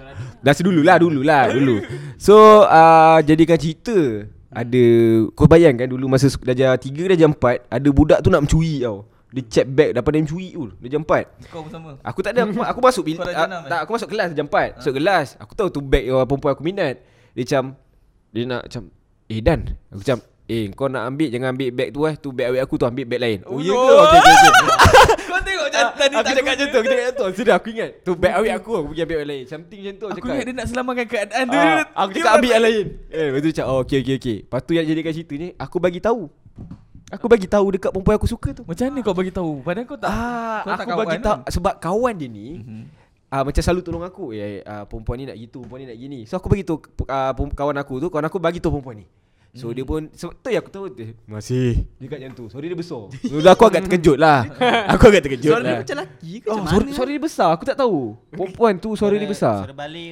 [SPEAKER 1] Dah sedululah, dululah, dulu. So, uh, jadikan cerita. Ada kau bayangkan kan dulu masa sek- darjah 3 darjah 4, ada budak tu nak mencuri tau. Dia chat back dapat dia mencuri tu. Darjah 4.
[SPEAKER 3] Kau bersama.
[SPEAKER 1] Aku tak ada aku, aku masuk bil,
[SPEAKER 3] Kau dah
[SPEAKER 1] ah,
[SPEAKER 3] jenam, eh? Ah.
[SPEAKER 1] tak aku masuk kelas jam 4. Masuk kelas. Aku tahu tu beg orang perempuan aku minat. Dia macam dia nak macam eh Dan. Aku macam eh kau nak ambil jangan ambil beg tu eh. Tu beg awet aku tu ambil beg lain. Oh, ya ke? Okey okey okey.
[SPEAKER 3] Kau tengok jantan ni
[SPEAKER 1] Ah. Aku
[SPEAKER 3] tak
[SPEAKER 1] cakap
[SPEAKER 3] guna.
[SPEAKER 1] macam tu Aku cakap macam tu Sudah aku ingat Tu beg awet aku Aku pergi ambil yang lain Something macam tu
[SPEAKER 3] Aku ingat dia nak selamatkan keadaan tu.
[SPEAKER 1] Ah, Aku
[SPEAKER 3] Dia
[SPEAKER 1] cakap
[SPEAKER 3] orang
[SPEAKER 1] ambil yang lain Eh lepas tu cakap Oh okay okay okay Lepas tu yang jadikan cerita ni Aku bagi tahu Aku bagi tahu dekat perempuan aku suka tu
[SPEAKER 3] Macam mana kau bagi tahu? Padahal kau tak
[SPEAKER 1] Ah,
[SPEAKER 3] kau tak
[SPEAKER 1] aku
[SPEAKER 3] kawan
[SPEAKER 1] bagi
[SPEAKER 3] kan?
[SPEAKER 1] tahu sebab kawan dia ni mm-hmm. ah, macam selalu tolong aku. Eh ah, perempuan ni nak gitu, perempuan ni nak gini. So aku bagi tahu ah, perem- kawan aku tu, kawan aku bagi tahu perempuan ni. So dia pun sebab tu yang aku tahu dia masih dekat macam tu. Sorry dia besar. Dulu aku agak terkejut lah. aku agak terkejut.
[SPEAKER 4] Suara dia
[SPEAKER 1] lah.
[SPEAKER 4] macam lelaki ke
[SPEAKER 1] Oh,
[SPEAKER 4] macam
[SPEAKER 1] suara,
[SPEAKER 4] mana?
[SPEAKER 1] suara dia besar. Aku tak tahu. Perempuan tu suara dia besar.
[SPEAKER 6] Suara balik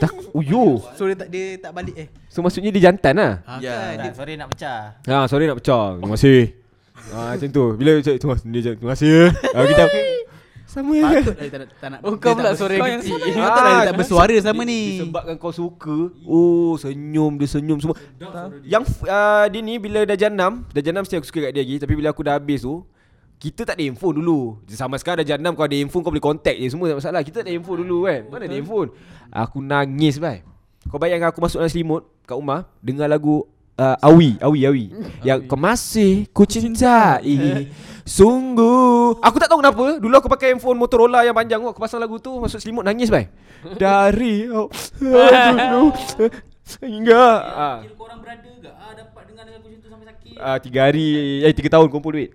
[SPEAKER 1] Tak uyo.
[SPEAKER 4] Suara tak dia tak balik eh
[SPEAKER 1] So maksudnya dia jantan lah.
[SPEAKER 4] Ha,
[SPEAKER 3] Ya,
[SPEAKER 4] kan?
[SPEAKER 6] kot Suara nak pecah
[SPEAKER 1] Ha, sorry nak pecah. Terima kasih. Ah macam tu. Bila dia cakap terima kasih, dia cakap, terima kasih. ya." Ah kita sama je.
[SPEAKER 4] Patut lah dia tak nak tak nak
[SPEAKER 7] Oh,
[SPEAKER 4] dia
[SPEAKER 7] kau
[SPEAKER 4] tak
[SPEAKER 7] pula
[SPEAKER 4] bers-
[SPEAKER 7] suara
[SPEAKER 4] kau
[SPEAKER 7] yang
[SPEAKER 4] yang
[SPEAKER 7] kecil.
[SPEAKER 4] salah. Patut
[SPEAKER 3] Ah.
[SPEAKER 4] lah dia tak bersuara selama ni
[SPEAKER 1] Disebabkan kau suka Oh senyum Dia senyum semua Yang uh, Dia ni bila dah janam Dah janam mesti aku suka kat dia lagi Tapi bila aku dah habis tu kita tak ada handphone dulu Sama sekarang dah janam Kau ada handphone Kau boleh contact je Semua tak masalah Kita tak ada handphone dulu kan Mana ada handphone Aku nangis bai Kau bayangkan aku masuk dalam selimut Kat rumah Dengar lagu uh, Awi Awi Awi Yang kau masih Ku cintai Sungguh Aku tak tahu kenapa Dulu aku pakai handphone Motorola yang panjang tu. Aku pasang lagu tu Masuk selimut nangis bai Dari oh, Dulu Hingga ah.
[SPEAKER 2] Korang berada ke? Ah dapat
[SPEAKER 8] tengah
[SPEAKER 2] dengar
[SPEAKER 8] dengan kucing tu sampai sakit.
[SPEAKER 1] Ah tiga hari eh tiga tahun kumpul duit.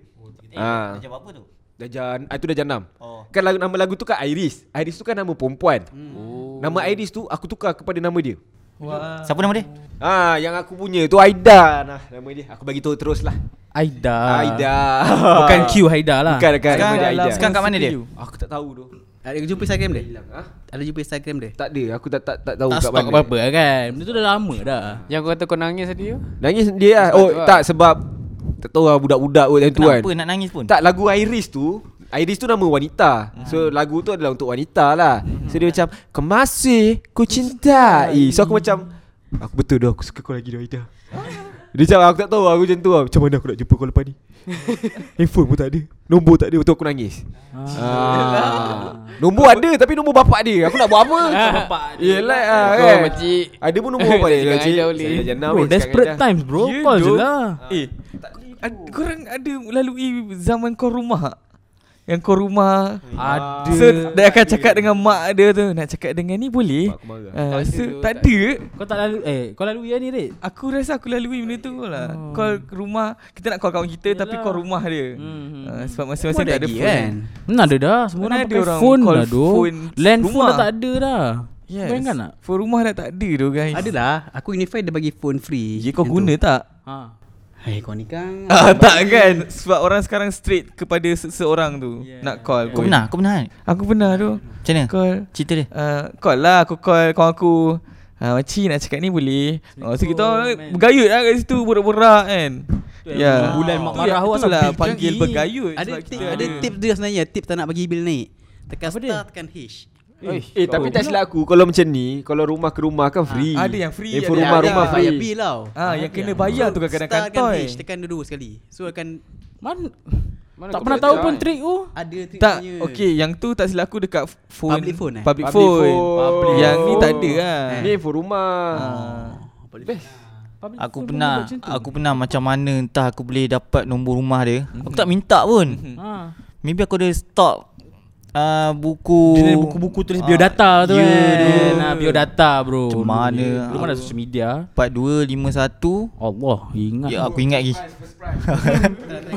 [SPEAKER 6] Eh,
[SPEAKER 1] Ah.
[SPEAKER 6] macam apa tu?
[SPEAKER 1] Dajan, ah, itu Dajan 6
[SPEAKER 6] Oh.
[SPEAKER 1] Kan lagu, nama lagu tu kan Iris Iris tu kan nama perempuan oh. Nama Iris tu aku tukar kepada nama dia
[SPEAKER 3] Wah.
[SPEAKER 6] Oh, Siapa nama dia?
[SPEAKER 1] Ah, yang aku punya tu Aida nah nama dia. Aku bagi tahu terus lah.
[SPEAKER 2] Aida.
[SPEAKER 1] Aida.
[SPEAKER 2] Bukan Q Haida lah.
[SPEAKER 1] Bukan bukan.
[SPEAKER 3] Sekarang,
[SPEAKER 1] nama dia Aida.
[SPEAKER 3] sekarang kat mana dia?
[SPEAKER 1] Aku tak tahu tu.
[SPEAKER 4] Ada jumpa Instagram dia?
[SPEAKER 1] Ah,
[SPEAKER 4] Ada jumpa Instagram dia?
[SPEAKER 1] tak ada. Aku tak tak tak tahu
[SPEAKER 2] Tak
[SPEAKER 1] kat
[SPEAKER 2] stok
[SPEAKER 1] mana.
[SPEAKER 2] apa-apa lah kan. Benda tu dah lama dah.
[SPEAKER 7] Yang kau kata kau nangis tadi tu
[SPEAKER 1] Nangis dia lah. Oh,
[SPEAKER 7] tu lah.
[SPEAKER 1] tak sebab tak tahu lah budak-budak kot yang tu kan.
[SPEAKER 6] Kenapa nak nangis pun?
[SPEAKER 1] Tak lagu Iris tu Iris tu nama wanita So lagu tu adalah untuk wanita lah So dia macam Kemasih Ku cintai So aku macam Aku betul dah Aku suka kau lagi dah Aida Dia macam aku tak tahu Aku macam tu lah Macam mana aku nak jumpa kau lepas ni Handphone pun tak ada Nombor tak ada Betul aku nangis ah. Nombor ada Tapi nombor bapak dia Aku nak buat apa Bapak dia Yelah ah,
[SPEAKER 7] Kau
[SPEAKER 2] eh.
[SPEAKER 1] kan.
[SPEAKER 7] makcik.
[SPEAKER 1] Ada pun nombor bapak dia
[SPEAKER 7] Jangan
[SPEAKER 1] Makcik,
[SPEAKER 7] ajar boleh.
[SPEAKER 1] saya jenam,
[SPEAKER 2] Bro,
[SPEAKER 1] eh,
[SPEAKER 2] desperate
[SPEAKER 1] sekarang dah.
[SPEAKER 2] times bro.
[SPEAKER 3] Ya,
[SPEAKER 2] Call je
[SPEAKER 3] doh.
[SPEAKER 2] lah.
[SPEAKER 3] Eh, ad, korang ada lalui zaman kau rumah? tak? Yang kau rumah
[SPEAKER 2] Ada.
[SPEAKER 3] So dia akan cakap dengan mak dia tu Nak cakap dengan ni boleh
[SPEAKER 1] Mak aku marah.
[SPEAKER 3] Ah,
[SPEAKER 7] Tak
[SPEAKER 3] so,
[SPEAKER 7] ada tu,
[SPEAKER 3] Tak
[SPEAKER 7] tak
[SPEAKER 3] ada
[SPEAKER 2] Kau tak lalu eh kau lalu ya ni Red.
[SPEAKER 3] Aku rasa aku lalui benda tu lah Call rumah Kita nak call kawan kita Tapi
[SPEAKER 2] Yelah.
[SPEAKER 3] call rumah dia
[SPEAKER 2] Hmm.
[SPEAKER 3] Ah, Sebab masing-masing tak ada phone
[SPEAKER 4] kan?
[SPEAKER 2] Mana ada dah Semua
[SPEAKER 3] Mana
[SPEAKER 2] orang
[SPEAKER 3] ada
[SPEAKER 2] pakai
[SPEAKER 3] orang
[SPEAKER 2] phone
[SPEAKER 3] call
[SPEAKER 2] dah doh.
[SPEAKER 3] phone
[SPEAKER 2] Landphone dah
[SPEAKER 3] rumah?
[SPEAKER 2] tak ada dah
[SPEAKER 3] Yes.
[SPEAKER 2] Bayangkan tak
[SPEAKER 3] Phone rumah dah tak ada tu guys
[SPEAKER 4] kan Adalah Aku Unify dia bagi phone free
[SPEAKER 3] Ya kau
[SPEAKER 4] Yang
[SPEAKER 3] guna
[SPEAKER 4] tu.
[SPEAKER 3] tak?
[SPEAKER 2] ha.
[SPEAKER 4] Hai kau ni kan
[SPEAKER 3] Ah, tak kan Sebab orang sekarang straight Kepada se- seorang tu Nak call
[SPEAKER 6] Kau pernah? Kau pernah kan?
[SPEAKER 3] Aku pernah tu
[SPEAKER 6] Macam mana?
[SPEAKER 3] Call
[SPEAKER 6] Cerita dia.
[SPEAKER 3] uh, Call lah Aku call kawan aku uh, Makcik nak cakap ni boleh oh, So kita orang bergayut lah kat situ Borak-borak kan Ya yeah.
[SPEAKER 2] bulan mak marah awak
[SPEAKER 3] tu lah
[SPEAKER 2] sampai
[SPEAKER 3] panggil
[SPEAKER 2] gigi.
[SPEAKER 3] bergayut
[SPEAKER 4] Ada
[SPEAKER 3] sebab
[SPEAKER 4] tip,
[SPEAKER 3] kita
[SPEAKER 4] ada tips dia sebenarnya Tips tak nak bagi bil naik Tekan start tekan H
[SPEAKER 1] Eh tapi tak silap aku Kalau macam ni Kalau rumah ke rumah kan free
[SPEAKER 3] Ah, ada yang free,
[SPEAKER 1] Info
[SPEAKER 3] ada yang-
[SPEAKER 1] rumah-rumah
[SPEAKER 4] Bayar- Bayar
[SPEAKER 1] free
[SPEAKER 4] bil tau
[SPEAKER 3] Ah, yang kena bayar tu kadang-kadang
[SPEAKER 4] Start tekan
[SPEAKER 3] kantoi.
[SPEAKER 4] H Tekan dua-dua sekali So akan
[SPEAKER 2] Man,
[SPEAKER 7] Mana
[SPEAKER 2] tak pernah
[SPEAKER 7] kau boleh
[SPEAKER 2] tahu
[SPEAKER 7] tahu
[SPEAKER 2] pun
[SPEAKER 7] kan?
[SPEAKER 2] trik tu.
[SPEAKER 4] Ada trik
[SPEAKER 3] Tak,
[SPEAKER 4] punya.
[SPEAKER 3] okay, yang tu tak silap aku dekat phone
[SPEAKER 4] Public phone, eh?
[SPEAKER 3] Public,
[SPEAKER 1] Public
[SPEAKER 3] phone.
[SPEAKER 1] phone.
[SPEAKER 3] Ah.
[SPEAKER 1] Eh.
[SPEAKER 3] Yang ni tak ada lah
[SPEAKER 1] Ni info rumah
[SPEAKER 6] Aku pernah Aku pernah macam mana Entah aku boleh dapat Nombor rumah dia
[SPEAKER 4] Mhm.
[SPEAKER 6] Aku tak minta pun
[SPEAKER 2] Ha.
[SPEAKER 6] Maybe aku ada stok uh, Buku
[SPEAKER 2] Dia ada buku-buku tulis
[SPEAKER 6] Ah,
[SPEAKER 2] biodata tu
[SPEAKER 6] ya,
[SPEAKER 2] kan.
[SPEAKER 6] dia.
[SPEAKER 2] Ha, biodata bro.
[SPEAKER 6] Macam
[SPEAKER 2] Dulu
[SPEAKER 6] mana?
[SPEAKER 2] ni. Belum ada social media.
[SPEAKER 6] 4251
[SPEAKER 2] Allah, ingat. lah.
[SPEAKER 6] Ya aku ingat lagi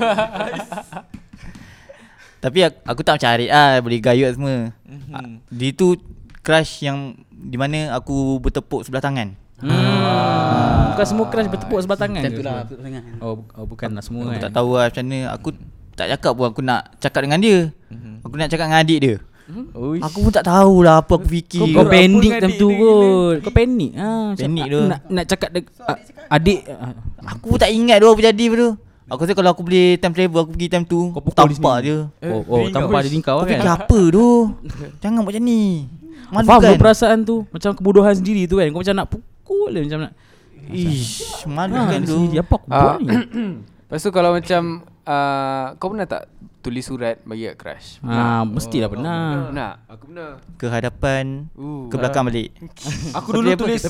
[SPEAKER 6] Tapi aku, aku tak cari ah Boleh gayut semua
[SPEAKER 2] Mhm.
[SPEAKER 6] Ah, Dia tu Crush yang Di mana aku bertepuk sebelah tangan
[SPEAKER 2] Ah. Hmm. Bukan semua crush bertepuk sebelah tangan.
[SPEAKER 4] Macam
[SPEAKER 2] ke
[SPEAKER 4] tu lah
[SPEAKER 2] semua?
[SPEAKER 4] betul sangat
[SPEAKER 2] Oh, bu- oh bukanlah semua
[SPEAKER 6] Aku
[SPEAKER 2] kan.
[SPEAKER 6] tak tahu lah macam mana Aku tak cakap pun aku nak cakap dengan dia
[SPEAKER 2] Mhm.
[SPEAKER 6] Aku nak cakap dengan adik dia
[SPEAKER 3] Uish.
[SPEAKER 6] Aku pun tak tahulah apa
[SPEAKER 2] Kau,
[SPEAKER 6] aku fikir
[SPEAKER 2] kau panik
[SPEAKER 3] dengan
[SPEAKER 2] time
[SPEAKER 3] adik
[SPEAKER 2] tu
[SPEAKER 3] dia
[SPEAKER 2] kot. Kau panik. Ha, macam
[SPEAKER 6] Panik
[SPEAKER 2] nak-
[SPEAKER 6] tu.
[SPEAKER 2] Nak, nak cakap dek, ah, adik. ah.
[SPEAKER 6] Aku pun tak ingat tu apa jadi pun tu Aku rasa kalau aku boleh time travel aku pergi time tu
[SPEAKER 2] Kau pukul di
[SPEAKER 6] Tampak
[SPEAKER 2] sini.
[SPEAKER 6] je
[SPEAKER 2] Oh, oh tanpa ada tingkau
[SPEAKER 6] Kau
[SPEAKER 2] kan.
[SPEAKER 6] fikir apa tu Jangan buat macam ni Malu
[SPEAKER 2] Faham
[SPEAKER 6] kan
[SPEAKER 2] tu perasaan tu Macam kebodohan sendiri tu kan Kau macam nak pukul dia Macam nak
[SPEAKER 6] Ish Malu
[SPEAKER 2] Kan
[SPEAKER 6] kan tu
[SPEAKER 2] sendiri Apa aku buat
[SPEAKER 7] Ah.
[SPEAKER 2] ni
[SPEAKER 7] Lepas tu kalau macam uh, Kau pernah tak tulis surat bagi kat crush?
[SPEAKER 2] Ah, mestilah pernah.
[SPEAKER 7] Pernah?
[SPEAKER 1] Aku pernah
[SPEAKER 6] Ke hadapan
[SPEAKER 7] Uh,
[SPEAKER 6] Ke belakang balik
[SPEAKER 1] Aku dulu tulis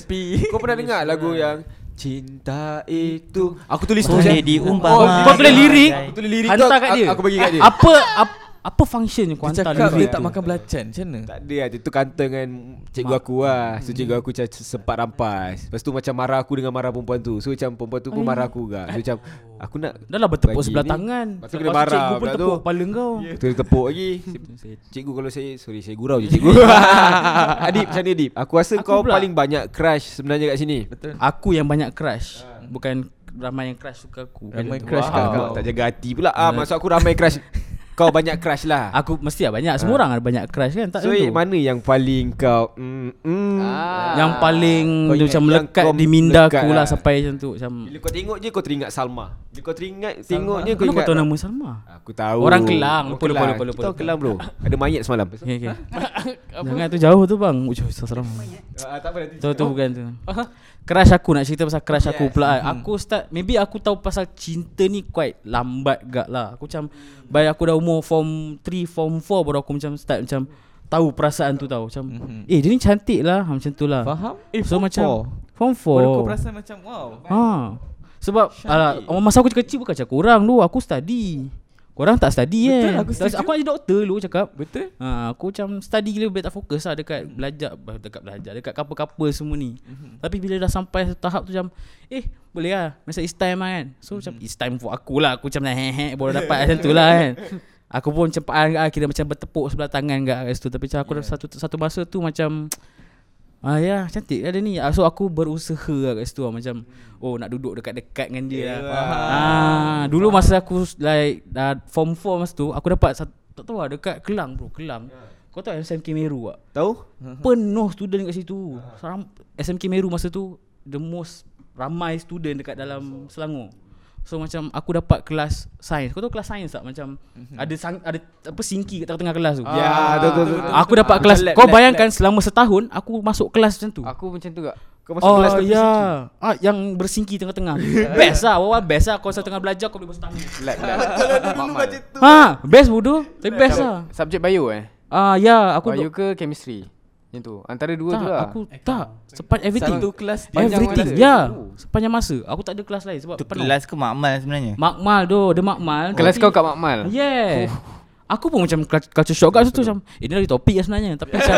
[SPEAKER 1] Kau pernah dengar lagu yang Cinta itu Aku tulis tu
[SPEAKER 6] Boleh
[SPEAKER 1] je
[SPEAKER 6] diumpamakan
[SPEAKER 2] Kau tulis lirik,
[SPEAKER 1] Aku tulis lirik tu
[SPEAKER 2] hantar
[SPEAKER 1] aku,
[SPEAKER 2] kat dia.
[SPEAKER 1] aku, aku bagi kat dia
[SPEAKER 2] Apa ap- apa fungsinya kau
[SPEAKER 3] Dia
[SPEAKER 2] hantar
[SPEAKER 3] cakap dia
[SPEAKER 2] lirik
[SPEAKER 3] tak
[SPEAKER 2] tu?
[SPEAKER 3] makan belacan Macam mana?
[SPEAKER 1] Tak ada lah Dia tu kantong dengan Cikgu aku lah So cikgu aku macam sempat rampas Lepas tu macam marah aku Dengan marah perempuan tu So macam perempuan tu pun
[SPEAKER 2] Oh, ya?
[SPEAKER 1] marah aku juga So macam Aku nak
[SPEAKER 2] Dah lah bertepuk
[SPEAKER 1] bagi
[SPEAKER 2] sebelah
[SPEAKER 1] ni.
[SPEAKER 2] tangan.
[SPEAKER 1] Lepas tu kena
[SPEAKER 2] Lepas tu
[SPEAKER 1] marah
[SPEAKER 2] Cikgu pun
[SPEAKER 1] pula tu.
[SPEAKER 2] tepuk kepala kau.
[SPEAKER 1] Betul tepuk lagi Cikgu kalau saya Sorry saya gurau je cikgu Adib macam ni Adib Aku rasa
[SPEAKER 2] Aku
[SPEAKER 1] kau
[SPEAKER 2] pula.
[SPEAKER 1] paling banyak crush Sebenarnya kat sini
[SPEAKER 2] Aku yang banyak crush. Bukan ramai yang crush suka aku.
[SPEAKER 3] Ramai
[SPEAKER 2] Kan?
[SPEAKER 3] crush kat
[SPEAKER 1] Wow.
[SPEAKER 3] kau.
[SPEAKER 1] Tak jaga hati pula ah, Maksud aku ramai crush Kau banyak crush lah
[SPEAKER 2] Aku mesti lah banyak. Semua orang ada banyak crush kan. Tak
[SPEAKER 1] So eh,
[SPEAKER 2] tentu.
[SPEAKER 1] mana yang paling kau mm, mm.
[SPEAKER 7] Ah.
[SPEAKER 2] Yang paling
[SPEAKER 1] Kau
[SPEAKER 2] dia
[SPEAKER 1] ingat
[SPEAKER 2] macam
[SPEAKER 1] yang
[SPEAKER 2] melekat
[SPEAKER 1] kau
[SPEAKER 2] di minda
[SPEAKER 1] melekat
[SPEAKER 2] aku lah
[SPEAKER 1] lah.
[SPEAKER 2] sampai macam tu. Macam
[SPEAKER 1] Bila kau tengok je kau teringat Salma Bila kau teringat Salma.
[SPEAKER 2] Kenapa
[SPEAKER 1] Tengoknya kau ingat
[SPEAKER 2] kau tahu nama Salma?
[SPEAKER 1] Aku tahu
[SPEAKER 2] Orang Kelang. Lupa, lupa,
[SPEAKER 1] Kelang.
[SPEAKER 2] lupa, lupa,
[SPEAKER 1] Kita orang
[SPEAKER 2] lupa.
[SPEAKER 1] Kelang bro Ada mayat semalam
[SPEAKER 2] Okay, okay. Jangan tu jauh tu bang. Ujuh, salam.
[SPEAKER 1] Ah, Tak apa nanti
[SPEAKER 2] Tu tu bukan tu. Crush aku nak cerita pasal crush aku
[SPEAKER 1] Hmm.
[SPEAKER 2] pula. kan. Aku start maybe aku tahu pasal cinta ni quite lambat gak lah. Aku macam by aku dah umur form 3 form 4 baru aku macam start macam tahu perasaan tu tahu macam
[SPEAKER 1] Hmm.
[SPEAKER 2] eh dia ni cantik lah Ha, macam tu lah.
[SPEAKER 3] Mhm. Mm. Faham? Eh,
[SPEAKER 2] so
[SPEAKER 3] form
[SPEAKER 2] macam
[SPEAKER 3] four?
[SPEAKER 2] form
[SPEAKER 3] Baru kau
[SPEAKER 2] 4.
[SPEAKER 3] perasan macam wow
[SPEAKER 2] Ha. Sebab ala, masa aku kecil bukan macam korang dulu aku study. Korang tak study
[SPEAKER 3] Betul,
[SPEAKER 2] kan
[SPEAKER 3] aku
[SPEAKER 2] Tak-
[SPEAKER 3] setuju.
[SPEAKER 2] Aku jadi doktor dulu cakap
[SPEAKER 3] Betul?
[SPEAKER 2] Ha, aku macam study gila Biar tak fokus lah Dekat belajar Dekat belajar Dekat couple-couple semua ni Tapi bila dah sampai satu tahap tu macam Eh boleh lah Masa it's time lah kan So macam it's time for aku lah Aku macam heh Baru dapat macam tu lah kan Aku pun macam ah, Kira macam bertepuk sebelah tangan kat kat situ Tapi macam aku yeah. satu satu masa tu macam Ah ya cantik ada ni Ah, So aku berusaha lah kat situ lah. Macam Oh nak duduk dekat-dekat dengan dia yeah. lah ah, Dulu masa aku s- like uh, Form 4 masa tu Aku dapat sat- Tak tahu lah dekat Kelang bro Kelang Kau tahu SMK Meru tak?
[SPEAKER 1] Tahu?
[SPEAKER 2] Penuh student kat situ Seram- SMK Meru masa tu The most ramai student dekat dalam Selangor So macam aku dapat kelas sains Kau tahu kelas sains tak? Macam ada sang, ada apa singki kat tengah-tengah kelas tu
[SPEAKER 1] Ya, tahu tahu tahu.
[SPEAKER 2] Ah, Aku dapat kelas Kau bayangkan selama setahun Aku masuk kelas macam tu
[SPEAKER 7] Aku macam tu gak.
[SPEAKER 1] Kau masuk kelas
[SPEAKER 2] oh,
[SPEAKER 1] tu
[SPEAKER 2] ya. Ah, yang bersingki tengah-tengah. best lah. Wawa best lah. Kau saya tengah belajar kau boleh basuh tangan.
[SPEAKER 7] Lab lab. Dulu macam
[SPEAKER 2] ha, best bodoh. Tapi best lah.
[SPEAKER 7] Subjek bio eh.
[SPEAKER 2] Ah, ya. Aku
[SPEAKER 7] Bio
[SPEAKER 2] duk-
[SPEAKER 7] ke chemistry. Yang tu. Antara
[SPEAKER 2] tak,
[SPEAKER 7] dua tu lah.
[SPEAKER 2] aku tak. Sepan everything.
[SPEAKER 3] Satu kelas dia
[SPEAKER 2] Everything.
[SPEAKER 7] masa.
[SPEAKER 2] Ya. Sepanjang masa. Aku tak ada kelas lain sebab
[SPEAKER 6] Tu
[SPEAKER 2] penuh.
[SPEAKER 6] kelas ke makmal sebenarnya?
[SPEAKER 2] Makmal doh, dia makmal.
[SPEAKER 7] Kelas
[SPEAKER 2] Tapi-
[SPEAKER 7] kau kat Makmal.
[SPEAKER 2] Ya. Yeah. Aku pun macam cul- culture shock kat situ macam eh, Ini lagi topik lah sebenarnya Tapi macam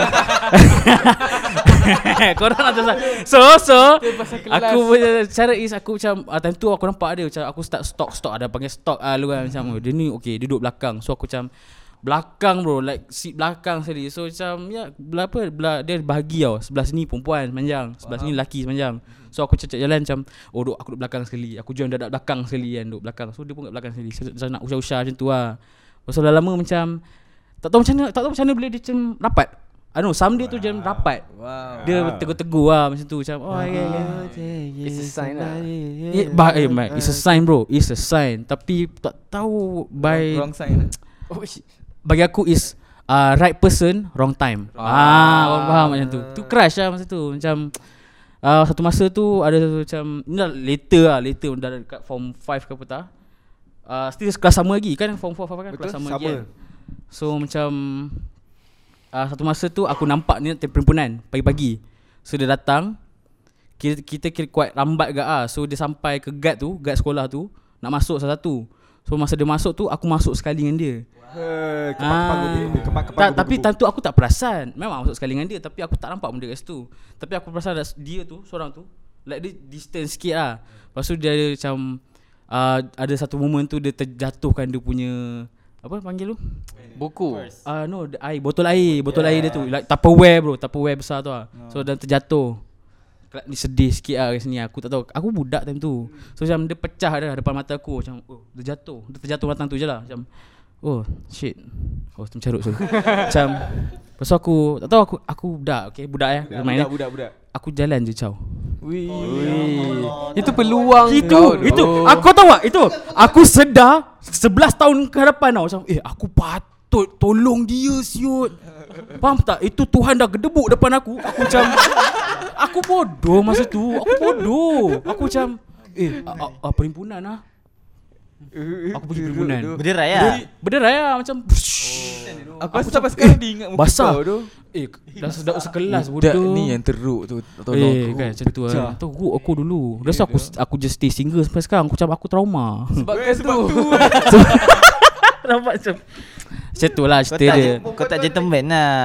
[SPEAKER 2] Korang nak tersesat So so Aku punya cara is Aku macam uh, Time tu aku nampak dia Macam aku start stock stock Ada panggil stock ah, lu kan Macam oh, dia ni okay Dia duduk belakang So aku macam Belakang bro Like seat belakang sendiri So macam Ya bela, apa, bela, Dia bahagi tau Sebelah sini perempuan sepanjang Sebelah sini lelaki sepanjang So aku cecek jalan macam Oh duk, aku duduk belakang sekali Aku join dadak belakang sekali kan Duduk belakang So dia pun kat belakang sekali So macam nak usah-usah macam tu lah So dah lama macam Tak tahu macam mana Tak tahu macam mana bila dia macam rapat I don't know someday tu macam rapat
[SPEAKER 3] Wow.
[SPEAKER 2] Dia tegur-tegur lah macam tu Macam oh yeah
[SPEAKER 6] Ah.
[SPEAKER 2] yeah
[SPEAKER 7] Ah. It's a sign lah.
[SPEAKER 2] It, but, eh, man, it's a sign bro It's a sign Tapi tak tahu By
[SPEAKER 3] Wrong sign.
[SPEAKER 7] Oh, shit.
[SPEAKER 2] bagi aku is uh, right person wrong time. Ah, ah faham macam tu. Tu crush lah masa tu. Macam uh, satu masa tu ada satu macam ni dah later lah, later dah dekat form 5 ke apa tak. Uh, still kelas sama lagi kan form 4 5 kan kelas sama, lagi. Kan? So macam uh, satu masa tu aku nampak ni perempuan pagi-pagi. So dia datang kita kita kira kuat lambat gak ah. So dia sampai ke guard tu, guard sekolah tu nak masuk satu-satu. So masa dia masuk tu aku masuk sekali dengan dia.
[SPEAKER 1] Eh,
[SPEAKER 2] Ah.
[SPEAKER 1] Kepak-kepak gubu, kepak-kepak
[SPEAKER 2] Tak,
[SPEAKER 1] gubu,
[SPEAKER 2] tapi
[SPEAKER 1] gubu.
[SPEAKER 2] time tu aku tak perasan. Memang masuk sekali dengan dia tapi aku tak nampak benda kat situ. Tapi aku perasan ada dia tu seorang tu like dia distance sikit lah. Lepas tu dia ada macam uh, ada satu moment tu dia terjatuhkan dia punya apa panggil tu?
[SPEAKER 7] Buku.
[SPEAKER 2] Ah uh, no, the air, botol air, botol air dia tu. Like Tupperware bro, Tupperware besar tu lah. So dan terjatuh. Kelak Ni sedih sikit lah kat sini Aku tak tahu Aku budak time tu So macam dia pecah dah Depan mata aku Macam oh, Dia jatuh Dia terjatuh matang tu je lah Macam Oh shit Oh tercarut sorry Macam Lepas tu aku Tak tahu aku Aku budak okay Budak ya Main
[SPEAKER 1] Budak, budak, budak.
[SPEAKER 2] Aku jalan je caw
[SPEAKER 7] Itu peluang
[SPEAKER 2] itu itu aku tahu tak itu aku sedar 11 tahun ke hadapan tau macam eh aku patut tolong dia siut faham tak itu Tuhan dah gedebuk depan aku aku macam aku bodoh masa tu aku bodoh aku macam eh a- a- a- perhimpunan ah aku pergi perhimpunan
[SPEAKER 6] Berderai lah.
[SPEAKER 2] berderai lah macam
[SPEAKER 3] Aku rasa sampai sekarang dia ingat muka
[SPEAKER 2] basah.
[SPEAKER 3] kau tu.
[SPEAKER 2] eh dah sedap sekelas
[SPEAKER 3] Budak
[SPEAKER 2] bodoh
[SPEAKER 3] ni yang teruk tu. Tak tahu
[SPEAKER 2] Eh
[SPEAKER 3] aku.
[SPEAKER 2] kan macam tu lah Teruk aku dulu Lepas tu aku Aku just stay single Sampai sekarang Aku macam aku trauma
[SPEAKER 7] Sebab kau tu.
[SPEAKER 2] Nampak macam Macam tu lah
[SPEAKER 6] Kau
[SPEAKER 2] cerita
[SPEAKER 6] tak,
[SPEAKER 2] dia
[SPEAKER 6] kau tak gentleman lah.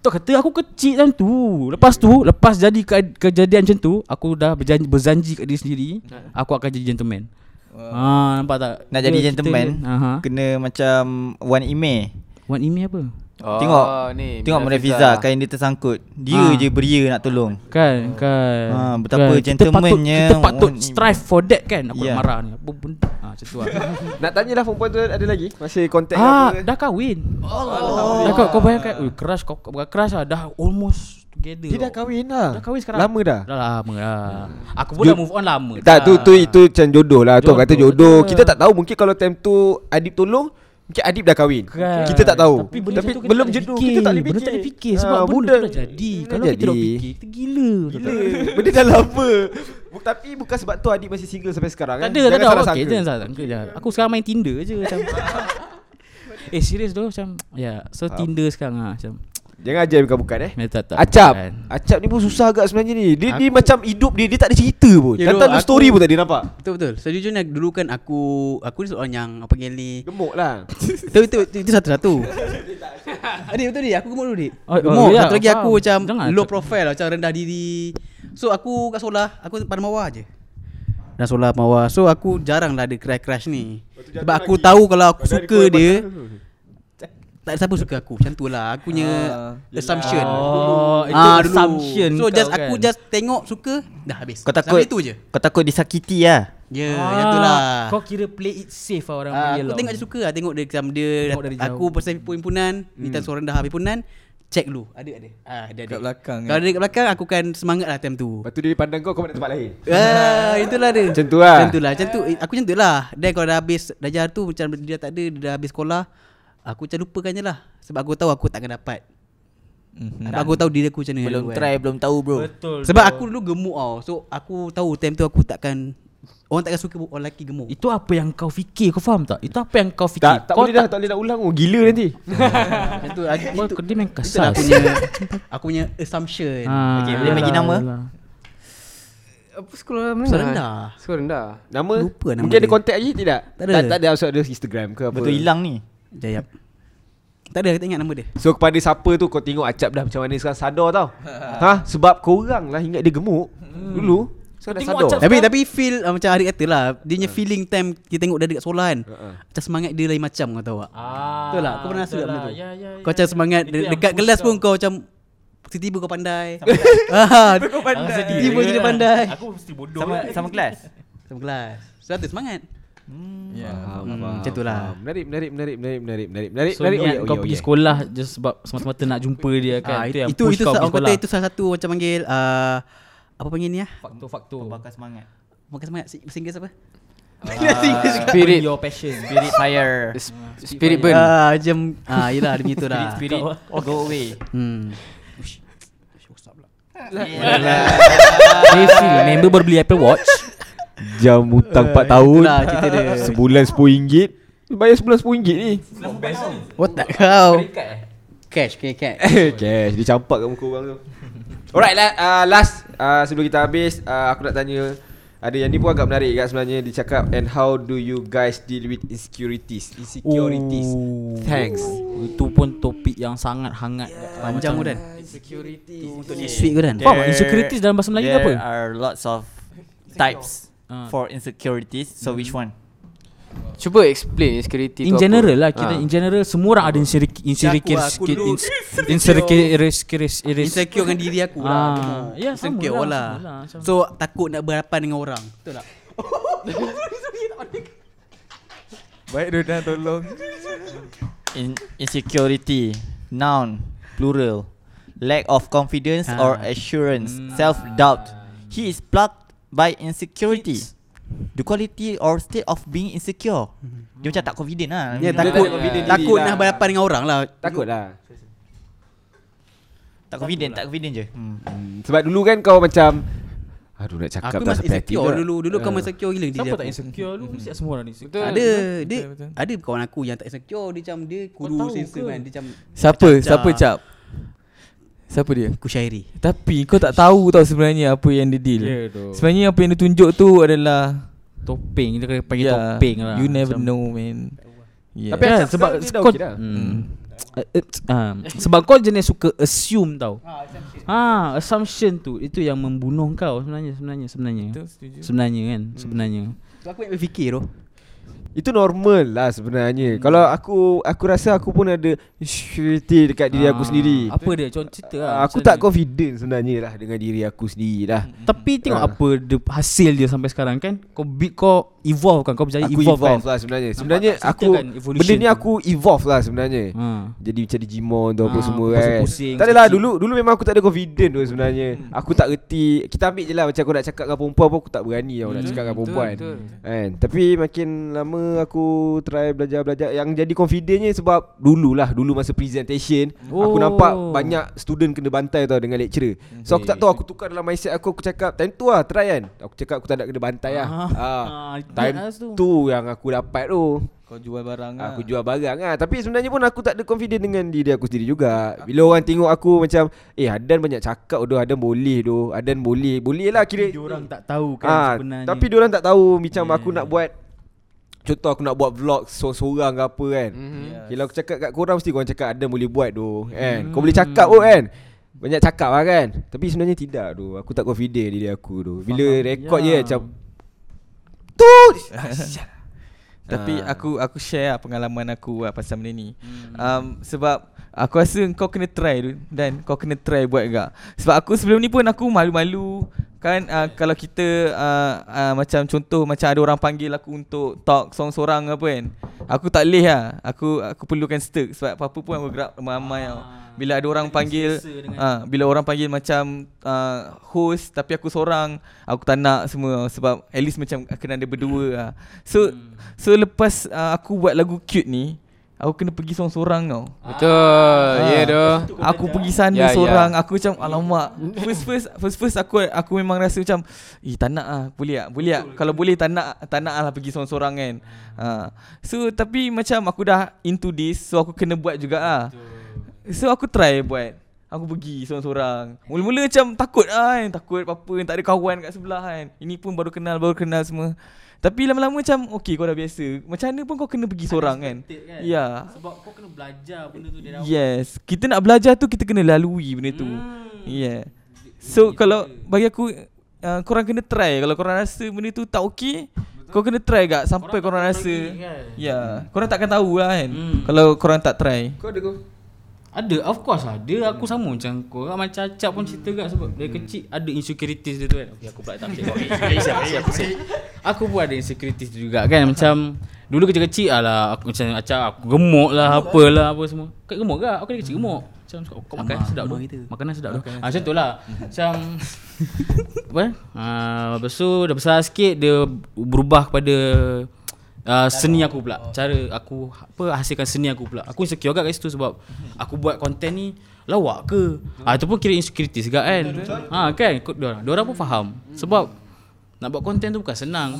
[SPEAKER 2] Tu kata aku kecil kan tu Lepas tu Lepas jadi ke- kejadian macam tu Aku dah berjanji, berjanji kat diri sendiri Aku akan jadi gentleman Ha nampak tak
[SPEAKER 6] Nak jadi
[SPEAKER 2] Dia- kita
[SPEAKER 6] gentleman,
[SPEAKER 2] ni- Aha.
[SPEAKER 6] kena macam one email.
[SPEAKER 2] Wan Imi apa
[SPEAKER 7] Oh,
[SPEAKER 6] Tengok.
[SPEAKER 7] ni.
[SPEAKER 6] Tengok Mona Fiza kain dia tersangkut. Dia
[SPEAKER 2] Ah.
[SPEAKER 6] je beria nak tolong.
[SPEAKER 2] Kan kan
[SPEAKER 6] Ha, betapa
[SPEAKER 2] kan. Kita patut,
[SPEAKER 6] gentlemannya
[SPEAKER 2] Kita patut
[SPEAKER 6] Wan Imi.
[SPEAKER 2] strive for that kan Aku
[SPEAKER 6] Ya.
[SPEAKER 2] nak marah ni Apa benda ha, Macam tu lah
[SPEAKER 1] Nak tanya lah perempuan tu ada lagi? Masih kontak
[SPEAKER 2] Ah,
[SPEAKER 1] ke apa?
[SPEAKER 2] dah kahwin. Oh. Dah kau, kau bayangkan, ui, crush kau kau bukan crush lah, dah almost together.
[SPEAKER 1] Dia dah
[SPEAKER 2] tau.
[SPEAKER 1] kahwin lah.
[SPEAKER 2] Dah kahwin sekarang.
[SPEAKER 1] Lama dah.
[SPEAKER 2] Dah lama dah. Aku pun
[SPEAKER 1] Jod-
[SPEAKER 2] dah move on lama.
[SPEAKER 1] Tak tu tu itu macam jodoh lah tu orang kata
[SPEAKER 2] Jodoh,
[SPEAKER 1] jodoh.
[SPEAKER 2] betul.
[SPEAKER 1] Kita tak tahu mungkin kalau time tu Adib tolong Mungkin Adib dah kahwin.
[SPEAKER 2] Kan.
[SPEAKER 1] Kita tak tahu.
[SPEAKER 2] Tapi, benda
[SPEAKER 1] Tapi
[SPEAKER 2] macam tu
[SPEAKER 1] belum
[SPEAKER 2] kita
[SPEAKER 1] jenuh kita tak boleh fikir.
[SPEAKER 2] Benda tak boleh fikir
[SPEAKER 1] Ah,
[SPEAKER 2] sebab benda
[SPEAKER 1] budak-
[SPEAKER 2] tu dah jadi.
[SPEAKER 1] dah
[SPEAKER 2] Kalau kita tak
[SPEAKER 1] jadi.
[SPEAKER 2] fikir, kita gila.
[SPEAKER 1] Gila. Benda dah lama. Bu- Tapi bukan sebab tu Adib masih single sampai sekarang
[SPEAKER 2] Tak
[SPEAKER 1] kan.
[SPEAKER 2] ada, tak
[SPEAKER 1] Jangan
[SPEAKER 2] ada.
[SPEAKER 1] salah
[SPEAKER 2] Okay,
[SPEAKER 1] sangka.
[SPEAKER 2] jangan salah sangka je. Aku sekarang main Tinder je macam. Eh serius tu macam Ya yeah, So Tinder sekarang lah Macam
[SPEAKER 1] Jangan ajar bukan-bukan eh
[SPEAKER 2] Dia tak- kan? tak-
[SPEAKER 1] Acap
[SPEAKER 2] bukan.
[SPEAKER 1] Acap ni pun susah agak sebenarnya ni Dia, dia macam hidup dia Dia tak ada cerita pun
[SPEAKER 4] Ya,
[SPEAKER 1] yeah,
[SPEAKER 4] dok,
[SPEAKER 1] Datang
[SPEAKER 4] aku-
[SPEAKER 1] story pun tak ada nampak
[SPEAKER 4] Betul betul. Sejujurnya dulu kan aku aku ni seorang yang apa panggil ni.
[SPEAKER 1] Gemuk lah
[SPEAKER 4] Itu itu itu, itu satu satu. Adik betul ni aku gemuk dulu dik.
[SPEAKER 2] Oh, oh,
[SPEAKER 4] Gemuk.
[SPEAKER 2] ya,
[SPEAKER 4] Satu lagi
[SPEAKER 2] faham.
[SPEAKER 4] aku macam
[SPEAKER 2] Jangan
[SPEAKER 4] low
[SPEAKER 2] cakap.
[SPEAKER 4] profile lah, macam rendah diri. So aku kat sekolah aku pada mawar je. Dan sekolah mawar. So aku jarang lah ada crush-crush ni. Sebab aku tahu kalau aku suka
[SPEAKER 1] kan?
[SPEAKER 4] dia
[SPEAKER 1] Hmm.
[SPEAKER 4] tak ada siapa suka aku Macam tu lah Aku punya assumption Ah,
[SPEAKER 2] Oh, itu
[SPEAKER 4] dulu.
[SPEAKER 2] assumption
[SPEAKER 4] So just
[SPEAKER 2] kau
[SPEAKER 4] aku
[SPEAKER 2] kan.
[SPEAKER 4] just tengok suka Dah habis
[SPEAKER 6] Kau takut
[SPEAKER 4] Sampai itu je
[SPEAKER 6] Kau takut disakiti lah
[SPEAKER 4] Ya, yeah, yang tu lah.
[SPEAKER 2] Ah, Kau kira play it safe lah orang
[SPEAKER 4] Ah,
[SPEAKER 2] panggil
[SPEAKER 4] aku
[SPEAKER 2] tau.
[SPEAKER 4] tengok je suka lah Tengok dia macam dia
[SPEAKER 2] Tengok dari jauh.
[SPEAKER 4] Aku pasal himpunan hmm. Ni time suara rendah habis himpunan Check dulu Ada ada ah, ada, ada.
[SPEAKER 3] Kat belakang,
[SPEAKER 4] Kalau ada kat belakang Aku kan semangat lah time tu
[SPEAKER 1] Lepas tu dia pandang kau Kau pandang tempat lain
[SPEAKER 4] Ah, itulah dia
[SPEAKER 1] Macam tu lah.
[SPEAKER 4] Macam tu lah Macam tu eh, Aku macam tu lah Dan kalau dah habis Dajar tu macam dia tak ada Dia dah habis sekolah Aku macam lupakan je lah Sebab aku tahu aku takkan dapat Sebab aku tahu diri aku macam mana
[SPEAKER 6] Belum
[SPEAKER 4] dulu kan.
[SPEAKER 6] try Belum tahu bro
[SPEAKER 2] Betul.
[SPEAKER 4] Sebab aku dulu gemuk tau So aku tahu time tu aku takkan Orang takkan suka orang lelaki gemuk
[SPEAKER 2] Itu apa yang kau fikir Kau faham tak Itu apa yang kau fikir
[SPEAKER 1] Tak, tak
[SPEAKER 2] kau
[SPEAKER 1] boleh dah Tak boleh nak ulang oh. Gila nanti
[SPEAKER 4] Macam tu ah,
[SPEAKER 2] Kau
[SPEAKER 4] itu-
[SPEAKER 2] kau- dia main
[SPEAKER 4] Itulah
[SPEAKER 2] kasar
[SPEAKER 4] aku punya Aku punya assumption
[SPEAKER 2] Ah,
[SPEAKER 6] Okay, boleh bagi
[SPEAKER 2] yalah,
[SPEAKER 6] nama?
[SPEAKER 2] yalah.
[SPEAKER 7] Apa sekolah menengah?
[SPEAKER 4] Sekolah rendah.
[SPEAKER 7] Sekolah rendah.
[SPEAKER 1] Nama
[SPEAKER 4] Lupa nama
[SPEAKER 1] Mungkin ada
[SPEAKER 4] dia.
[SPEAKER 1] kontak lagi tidak
[SPEAKER 4] Tak ada.
[SPEAKER 1] Tak, tak ada Maksud ada Instagram ke apa
[SPEAKER 6] Betul hilang ni
[SPEAKER 4] Jayap Tak ada aku tak ingat nama dia
[SPEAKER 1] So kepada siapa tu Kau tengok Acap dah macam mana Sekarang sadar tau Ha Sebab korang lah Ingat dia gemuk
[SPEAKER 4] Hmm.
[SPEAKER 1] Dulu Sekarang dah
[SPEAKER 2] Tengok
[SPEAKER 1] sadar
[SPEAKER 2] Acap
[SPEAKER 4] tapi tapi feel uh, macam Arik kata lah Dia punya feeling time Kita tengok dia dekat sekolah kan Macam semangat dia lain macam kau tahu tak
[SPEAKER 2] Ah,
[SPEAKER 4] Betul lah Kau pernah rasa tak benda tu
[SPEAKER 2] Ya, ya, ya.
[SPEAKER 4] Kau macam semangat
[SPEAKER 2] Itu
[SPEAKER 4] de-
[SPEAKER 2] yang
[SPEAKER 4] Dekat
[SPEAKER 2] boost
[SPEAKER 4] kelas pun kau macam Tiba-tiba kau pandai Ah,
[SPEAKER 3] Kau pandai.
[SPEAKER 4] Tiba-tiba je dia pandai
[SPEAKER 2] Aku mesti bodoh
[SPEAKER 6] Sama sama kelas
[SPEAKER 4] Sama kelas Sebab tu semangat
[SPEAKER 3] Ya.
[SPEAKER 4] Hmm, Macam tu lah
[SPEAKER 1] Faham. Menarik menarik menarik menarik menarik menarik menarik
[SPEAKER 2] So
[SPEAKER 1] menarik. Oh,
[SPEAKER 2] niat kau pergi sekolah Just sebab Semata-mata nak jumpa dia
[SPEAKER 4] Oh, Ah,
[SPEAKER 2] kan Itu yang
[SPEAKER 4] Itu
[SPEAKER 2] push
[SPEAKER 4] itu
[SPEAKER 2] kau pergi
[SPEAKER 4] sa- orang kata
[SPEAKER 2] sekolah
[SPEAKER 4] itu salah satu Macam panggil ah, Apa panggil ni lah
[SPEAKER 2] Faktor-faktor
[SPEAKER 7] Oh,
[SPEAKER 6] Bakar semangat
[SPEAKER 4] Bukan semangat si- Bahasa Inggeris apa?
[SPEAKER 2] Ah,
[SPEAKER 7] Spirit.
[SPEAKER 2] Your passion
[SPEAKER 6] Spirit fire
[SPEAKER 7] S- Spirit burn.
[SPEAKER 4] Ah, macam ah yalah dia punya tu lah.
[SPEAKER 6] Spirit Go away
[SPEAKER 4] Hmm.
[SPEAKER 2] Messi member baru beli Apple Watch
[SPEAKER 1] Jam hutang 4 tahun.
[SPEAKER 4] Eh, itulah cerita dia.
[SPEAKER 1] Sebulan RM10. Bayar sebulan RM10 ni.
[SPEAKER 4] What tak kau? Cash, cash, cash.
[SPEAKER 2] Eh,
[SPEAKER 1] Cash dia campak kat muka orang tu. Alright lah, uh, last uh, sebelum kita habis uh, aku nak tanya ada yang ni pun agak menarik kat sebenarnya dia cakap and how do you guys deal with insecurities insecurities
[SPEAKER 2] Oh.
[SPEAKER 1] thanks
[SPEAKER 2] Itu pun topik yang sangat hangat
[SPEAKER 4] Panjang kau dan. Sweet kau dan.
[SPEAKER 2] Faham tak? Insecurities dalam bahasa Melayu ke apa?
[SPEAKER 6] There are lots of types
[SPEAKER 2] Ah. Hmm.
[SPEAKER 6] for insecurities. So which one?
[SPEAKER 7] Cuba explain insecurity
[SPEAKER 2] In
[SPEAKER 7] tu
[SPEAKER 2] general
[SPEAKER 7] apa.
[SPEAKER 2] lah Kita
[SPEAKER 7] Ah.
[SPEAKER 2] in general Semua orang ada insecurity Insecurity
[SPEAKER 4] Aku- aku dulu
[SPEAKER 2] Insecurity
[SPEAKER 4] Insecure dengan diri aku
[SPEAKER 2] Ah,
[SPEAKER 4] lah.
[SPEAKER 2] ya, sama lah,
[SPEAKER 4] insecure lah.
[SPEAKER 2] sama lah, sama.
[SPEAKER 4] So takut nak berhadapan dengan orang. Betul tak?
[SPEAKER 3] Baik Dona tolong.
[SPEAKER 6] In insecurity. Noun. Plural. Lack of confidence or
[SPEAKER 2] Ah.
[SPEAKER 6] assurance.
[SPEAKER 2] Hmm.
[SPEAKER 6] Self doubt. He is plagued by insecurity. The quality or state of being insecure. Dia macam tak confident lah.
[SPEAKER 4] Ya
[SPEAKER 6] Dia
[SPEAKER 4] takut
[SPEAKER 1] tak confident diri
[SPEAKER 4] takut
[SPEAKER 1] lah.
[SPEAKER 4] nak berhadapan dengan orang lah.
[SPEAKER 1] takut lah
[SPEAKER 6] Tak confident, tak confident je. Hmm.
[SPEAKER 1] hmm, sebab dulu kan kau macam aduh nak cakap
[SPEAKER 4] Aku
[SPEAKER 1] tak
[SPEAKER 4] masih
[SPEAKER 1] sampai hati
[SPEAKER 4] insecure
[SPEAKER 1] pula.
[SPEAKER 4] dulu.
[SPEAKER 3] lah.
[SPEAKER 4] Dulu kau
[SPEAKER 1] Ah.
[SPEAKER 4] masih insecure gila diri
[SPEAKER 2] Siapa
[SPEAKER 4] aku.
[SPEAKER 2] tak insecure Lu mesti semua orang insecure
[SPEAKER 4] Ada dia
[SPEAKER 3] betul.
[SPEAKER 4] ada kawan aku yang tak insecure dia macam dia kudu
[SPEAKER 2] tahu
[SPEAKER 4] sensor
[SPEAKER 2] ke?
[SPEAKER 4] kan dia macam
[SPEAKER 3] Siapa?
[SPEAKER 4] Cap-cap.
[SPEAKER 3] Siapa cap? Siapa dia?
[SPEAKER 4] aku syairi.
[SPEAKER 3] Tapi kau tak tahu tau sebenarnya apa yang dia deal.
[SPEAKER 2] Ya, doh.
[SPEAKER 3] Sebenarnya apa yang dia tunjuk tu adalah
[SPEAKER 2] Topeng Dia kena
[SPEAKER 4] Ya.
[SPEAKER 2] panggil
[SPEAKER 3] Yeah,
[SPEAKER 2] topeng lah
[SPEAKER 3] You never
[SPEAKER 2] Macam-
[SPEAKER 3] know man. Yeah.
[SPEAKER 1] Tapi
[SPEAKER 2] Ya,
[SPEAKER 1] Acap
[SPEAKER 2] sebab
[SPEAKER 1] sekarang dia dah
[SPEAKER 2] kau
[SPEAKER 1] okey dah.
[SPEAKER 2] Hmm. Eh, eh, ah, sebab kau jenis suka assume tau. Ah, assumption tu itu yang membunuh kau sebenarnya sebenarnya sebenarnya. Sebenarnya kan, sebenarnya.
[SPEAKER 4] So aku yang berfikir tu.
[SPEAKER 1] Itu normal lah sebenarnya. Hmm. Kalau aku aku rasa aku pun ada insecurity dekat diri aku
[SPEAKER 2] Ah,
[SPEAKER 1] sendiri.
[SPEAKER 2] Apa dia? Contoh cerita lah.
[SPEAKER 1] Ah, aku tak
[SPEAKER 2] macam ni. Hmm.
[SPEAKER 1] confident sebenarnya lah dengan diri aku sendiri lah.
[SPEAKER 2] Tapi tengok
[SPEAKER 1] Ah.
[SPEAKER 2] apa dia, hasil dia sampai sekarang kan. Kau bi- kau evolve kan, kau berjaya
[SPEAKER 1] Aku
[SPEAKER 2] evolve,
[SPEAKER 1] evolve,
[SPEAKER 2] kan.
[SPEAKER 1] lah sebenarnya. Sebenarnya
[SPEAKER 2] tak? Cerita
[SPEAKER 1] aku
[SPEAKER 2] kan evolution
[SPEAKER 1] benda ni
[SPEAKER 2] tu.
[SPEAKER 1] aku evolve lah sebenarnya.
[SPEAKER 2] Ha.
[SPEAKER 1] Jadi macam Digimon tu apa
[SPEAKER 2] Ah,
[SPEAKER 1] semua kan.
[SPEAKER 2] pusing-pusing
[SPEAKER 1] Tak adalah
[SPEAKER 2] sikit. Hmm.
[SPEAKER 1] dulu dulu memang aku tak ada confident tu sebenarnya. Aku tak reti. Kita ambil je lah macam aku nak cakap dengan perempuan pun aku tak berani tau nak
[SPEAKER 2] Hmm.
[SPEAKER 1] cakap dengan perempuan.
[SPEAKER 7] betul.
[SPEAKER 1] Kan? Tapi makin lama aku try belajar-belajar yang jadi confidentnya sebab dululah dulu masa presentation oh. aku
[SPEAKER 2] Oh.
[SPEAKER 1] nampak banyak student kena bantai tau dengan lecturer. So aku tak tahu aku tukar dalam mindset aku aku cakap time tu lah try kan. Aku cakap aku tak nak kena bantai lah.
[SPEAKER 2] Ah.
[SPEAKER 1] Ah.
[SPEAKER 2] Ah,
[SPEAKER 1] Time
[SPEAKER 2] ingat lah tu.
[SPEAKER 1] tu yang aku dapat tu.
[SPEAKER 3] Kau jual barang lah.
[SPEAKER 1] Aku jual barang lah Tapi sebenarnya pun aku tak ada confident dengan diri aku sendiri juga Bila orang tengok aku macam Eh Adan banyak cakap doh Adan boleh doh Adan boleh Boleh lah kira
[SPEAKER 2] Diorang tak tahu kan
[SPEAKER 1] Ah,
[SPEAKER 2] sebenarnya.
[SPEAKER 1] Tapi diorang tak tahu Macam aku nak buat Contoh aku nak buat vlog seorang-seorang ke apa kan
[SPEAKER 3] Yes.
[SPEAKER 1] Kalau aku cakap kat korang Mesti korang cakap Adam boleh buat doh kan Kau boleh cakap pun kan Banyak cakap lah kan Tapi sebenarnya tidak doh Aku tak confident diri aku doh Bila
[SPEAKER 2] Faham,
[SPEAKER 1] rekod
[SPEAKER 2] ya.
[SPEAKER 1] je macam Tu
[SPEAKER 3] Tapi
[SPEAKER 1] Ah.
[SPEAKER 3] aku aku share lah pengalaman aku lah pasal benda ni. Um, sebab aku rasa kau kena try tu dan kau kena try buat juga. Sebab aku sebelum ni pun aku malu-malu kan uh, kalau kita uh, uh, macam contoh macam ada orang panggil aku untuk talk seorang-seorang apa kan. Aku tak leh lah. Aku aku perlukan stirk sebab apa-apa pun aku gerak ramai-ramai tau. Bila ada orang panggil ah bila orang panggil macam uh, host tapi aku seorang aku tak nak semua sebab at least macam kena ada berdua lah. So so lepas uh, aku buat lagu cute ni aku kena pergi seorang-seorang tau.
[SPEAKER 7] Betul.
[SPEAKER 2] Ah.
[SPEAKER 7] Ya yeah, doh.
[SPEAKER 3] Aku pergi sana
[SPEAKER 7] Ya,
[SPEAKER 3] yeah,
[SPEAKER 7] ya.
[SPEAKER 3] seorang yeah. Aku macam alamak First first First first aku Aku memang rasa macam Eh tak nak lah Boleh tak Boleh tak Kalau boleh tak nak Tak nak lah pergi seorang-seorang kan ha. So tapi macam Aku dah into this So aku kena buat juga lah So aku try buat Aku pergi seorang-seorang Mula-mula macam takut lah kan Takut apa-apa Tak ada kawan kat sebelah kan Ini pun baru kenal Baru kenal semua Tapi lama-lama macam Okay kau dah biasa Macam mana pun kau kena pergi seorang kan Ya
[SPEAKER 2] Sebab kau kena belajar benda tu dari
[SPEAKER 3] Yes Kita nak belajar tu Kita kena lalui benda tu Yeah So kalau Bagi aku uh, Korang kena try Kalau korang rasa benda tu tak okey Kau kena try gak Sampai korang, rasa Ya yeah. Korang takkan tahu lah kan
[SPEAKER 2] Hmm.
[SPEAKER 3] Kalau korang tak try
[SPEAKER 2] Ada of course ada aku sama macam kau orang macam acap pun cerita kat sebab dari kecil ada insecurities dia tu kan. Okey aku pula tak eh, cakap. aku sih. Aku pun ada insecurities tu juga kan macam dulu kecil-kecil alah aku macam acap aku gemuk lah apalah apa semua. Kau gemuk ke? Aku dari kecil gemuk. Macam suka, kau makan sedap tu. Makanan sedap tu. Ah macam tu lah. Macam apa? Ah lepas tu dah besar sikit dia berubah kepada Uh, seni aku pula Cara aku Apa hasilkan seni aku pula Aku insecure agak kat situ sebab Aku buat konten ni Lawak ke ah, Itu pun kira insecurity juga kan ha, Kan Kau- Diorang Diorang pun faham Sebab Nak buat konten tu bukan senang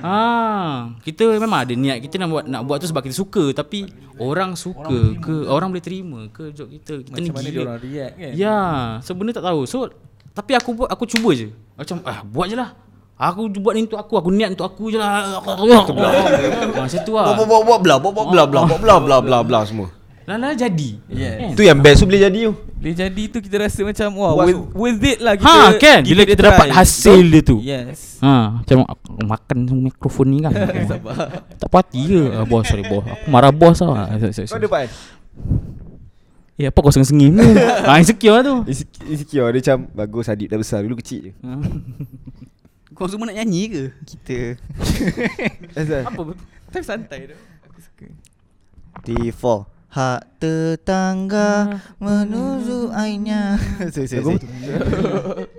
[SPEAKER 2] Ah, kita memang ada niat kita nak buat nak buat tu sebab kita suka tapi orang suka ke orang boleh terima ke job kita kita ni gila.
[SPEAKER 3] diorang react kan?
[SPEAKER 2] Ya, sebenarnya tak tahu. So tapi aku buat aku cuba je. Macam ah buat je lah. Aku buat ni untuk aku, aku niat untuk aku je lah. Macam tu lah.
[SPEAKER 5] Buat buat buat bla buat buat bla blah buat bla bla bla bla semua.
[SPEAKER 2] Lah lah jadi. Kan?
[SPEAKER 1] Tu yang best tu boleh jadi tu
[SPEAKER 3] Bila jadi tu kita rasa macam Wah
[SPEAKER 1] Puas
[SPEAKER 3] worth, worth it lah kita
[SPEAKER 2] Ha kan
[SPEAKER 3] give
[SPEAKER 2] bila
[SPEAKER 3] it a
[SPEAKER 2] kita dapat
[SPEAKER 3] try.
[SPEAKER 2] hasil dia tu.
[SPEAKER 3] Yes
[SPEAKER 2] Ha, macam aku makan semua mikrofon ni kan. tak puas hati ke? Ah, bos, sorry bos. Aku marah bos tau. Ah, sorry, sorry,
[SPEAKER 1] Kau ada
[SPEAKER 2] sorry.
[SPEAKER 1] Pan?
[SPEAKER 2] Eh apa kau sengih-sengih ni? ha insecure lah tu.
[SPEAKER 1] Insec- Insecure dia macam Bagus Adib dah besar Dulu kecil je
[SPEAKER 4] Kau semua nak nyanyi ke?
[SPEAKER 6] Kita
[SPEAKER 1] Asal?
[SPEAKER 2] Apa?
[SPEAKER 3] Tapi santai tu Aku suka
[SPEAKER 6] T4
[SPEAKER 2] Ah.
[SPEAKER 6] Hak tetangga menuju airnya Sorry sorry sorry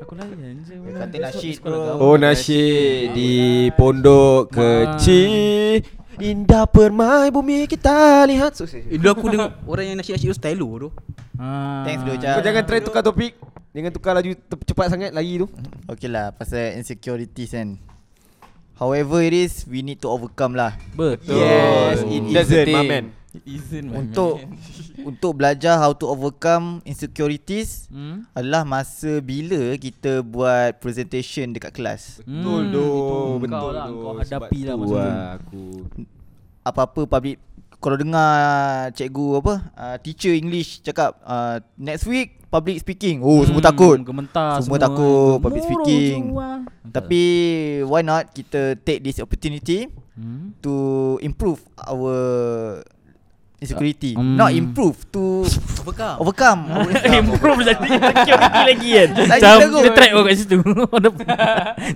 [SPEAKER 2] Aku layan je.
[SPEAKER 6] Kata nasyid bro
[SPEAKER 1] Oh nasyid Di pondok kecil Indah permai bumi kita lihat so, so, so.
[SPEAKER 4] Eh, dulu aku dengar orang yang nasyid-nasyid tu stylo tu.
[SPEAKER 2] Ah.
[SPEAKER 6] Thanks dulu
[SPEAKER 1] Kau
[SPEAKER 6] Jal
[SPEAKER 1] jangan try tukar topik Jangan tukar laju te- cepat sangat lagi tu
[SPEAKER 6] Okay lah pasal insecurities kan However it is we need to overcome lah
[SPEAKER 2] Betul.
[SPEAKER 1] That's the thing
[SPEAKER 3] It isn't my
[SPEAKER 6] Untuk
[SPEAKER 3] man.
[SPEAKER 6] untuk belajar how to overcome insecurities
[SPEAKER 2] Hmm.
[SPEAKER 6] adalah masa bila kita buat presentation dekat kelas
[SPEAKER 1] Betul
[SPEAKER 2] Hmm,
[SPEAKER 1] tu
[SPEAKER 2] itu
[SPEAKER 1] Betul
[SPEAKER 2] kau lah,
[SPEAKER 1] tu
[SPEAKER 2] kau
[SPEAKER 1] Sebab
[SPEAKER 2] hadapi lah
[SPEAKER 1] tu
[SPEAKER 2] masa tu.
[SPEAKER 1] Aku
[SPEAKER 6] apa-apa public kalau dengar cikgu apa uh, teacher English cakap uh, next week public speaking oh hmm, semua
[SPEAKER 2] Hmm, eh,
[SPEAKER 6] takut
[SPEAKER 2] Gementar
[SPEAKER 6] Semua takut public
[SPEAKER 2] Gemuruh
[SPEAKER 6] speaking.
[SPEAKER 2] jiwa.
[SPEAKER 6] tapi why not kita take this opportunity
[SPEAKER 2] Hmm.
[SPEAKER 6] to improve our insecurity
[SPEAKER 2] Hmm.
[SPEAKER 6] not improve to
[SPEAKER 4] Overcome.
[SPEAKER 6] overcome our insecurity.
[SPEAKER 2] Improve jadi Security lagi kan
[SPEAKER 6] Lagi
[SPEAKER 2] Macam
[SPEAKER 6] teruk.
[SPEAKER 2] Dia track kau kat situ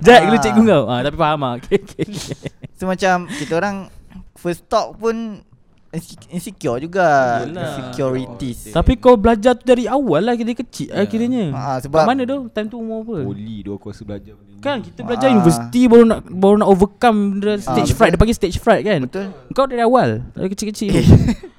[SPEAKER 2] Jack dulu
[SPEAKER 6] Ah.
[SPEAKER 2] cikgu kau ah, Tapi faham lah okay, okay, okay.
[SPEAKER 6] so macam kita orang first talk pun inse- insecure juga
[SPEAKER 3] Yelah.
[SPEAKER 6] insecurities
[SPEAKER 2] Tapi kau belajar tu dari awal lah Dari kecil
[SPEAKER 1] Ya.
[SPEAKER 2] yeah. Akhirnya
[SPEAKER 6] Ah,
[SPEAKER 2] Kat
[SPEAKER 6] sebab
[SPEAKER 2] mana tu Time tu umur apa
[SPEAKER 1] Poli tu aku rasa belajar benda ni.
[SPEAKER 2] Kan kita belajar
[SPEAKER 6] Ah.
[SPEAKER 2] universiti Baru nak baru nak overcome benda Stage
[SPEAKER 6] betul.
[SPEAKER 2] fright Dia panggil stage fright kan
[SPEAKER 6] Betul.
[SPEAKER 2] Kau dari awal Dari kecil-kecil tu.
[SPEAKER 6] Eh,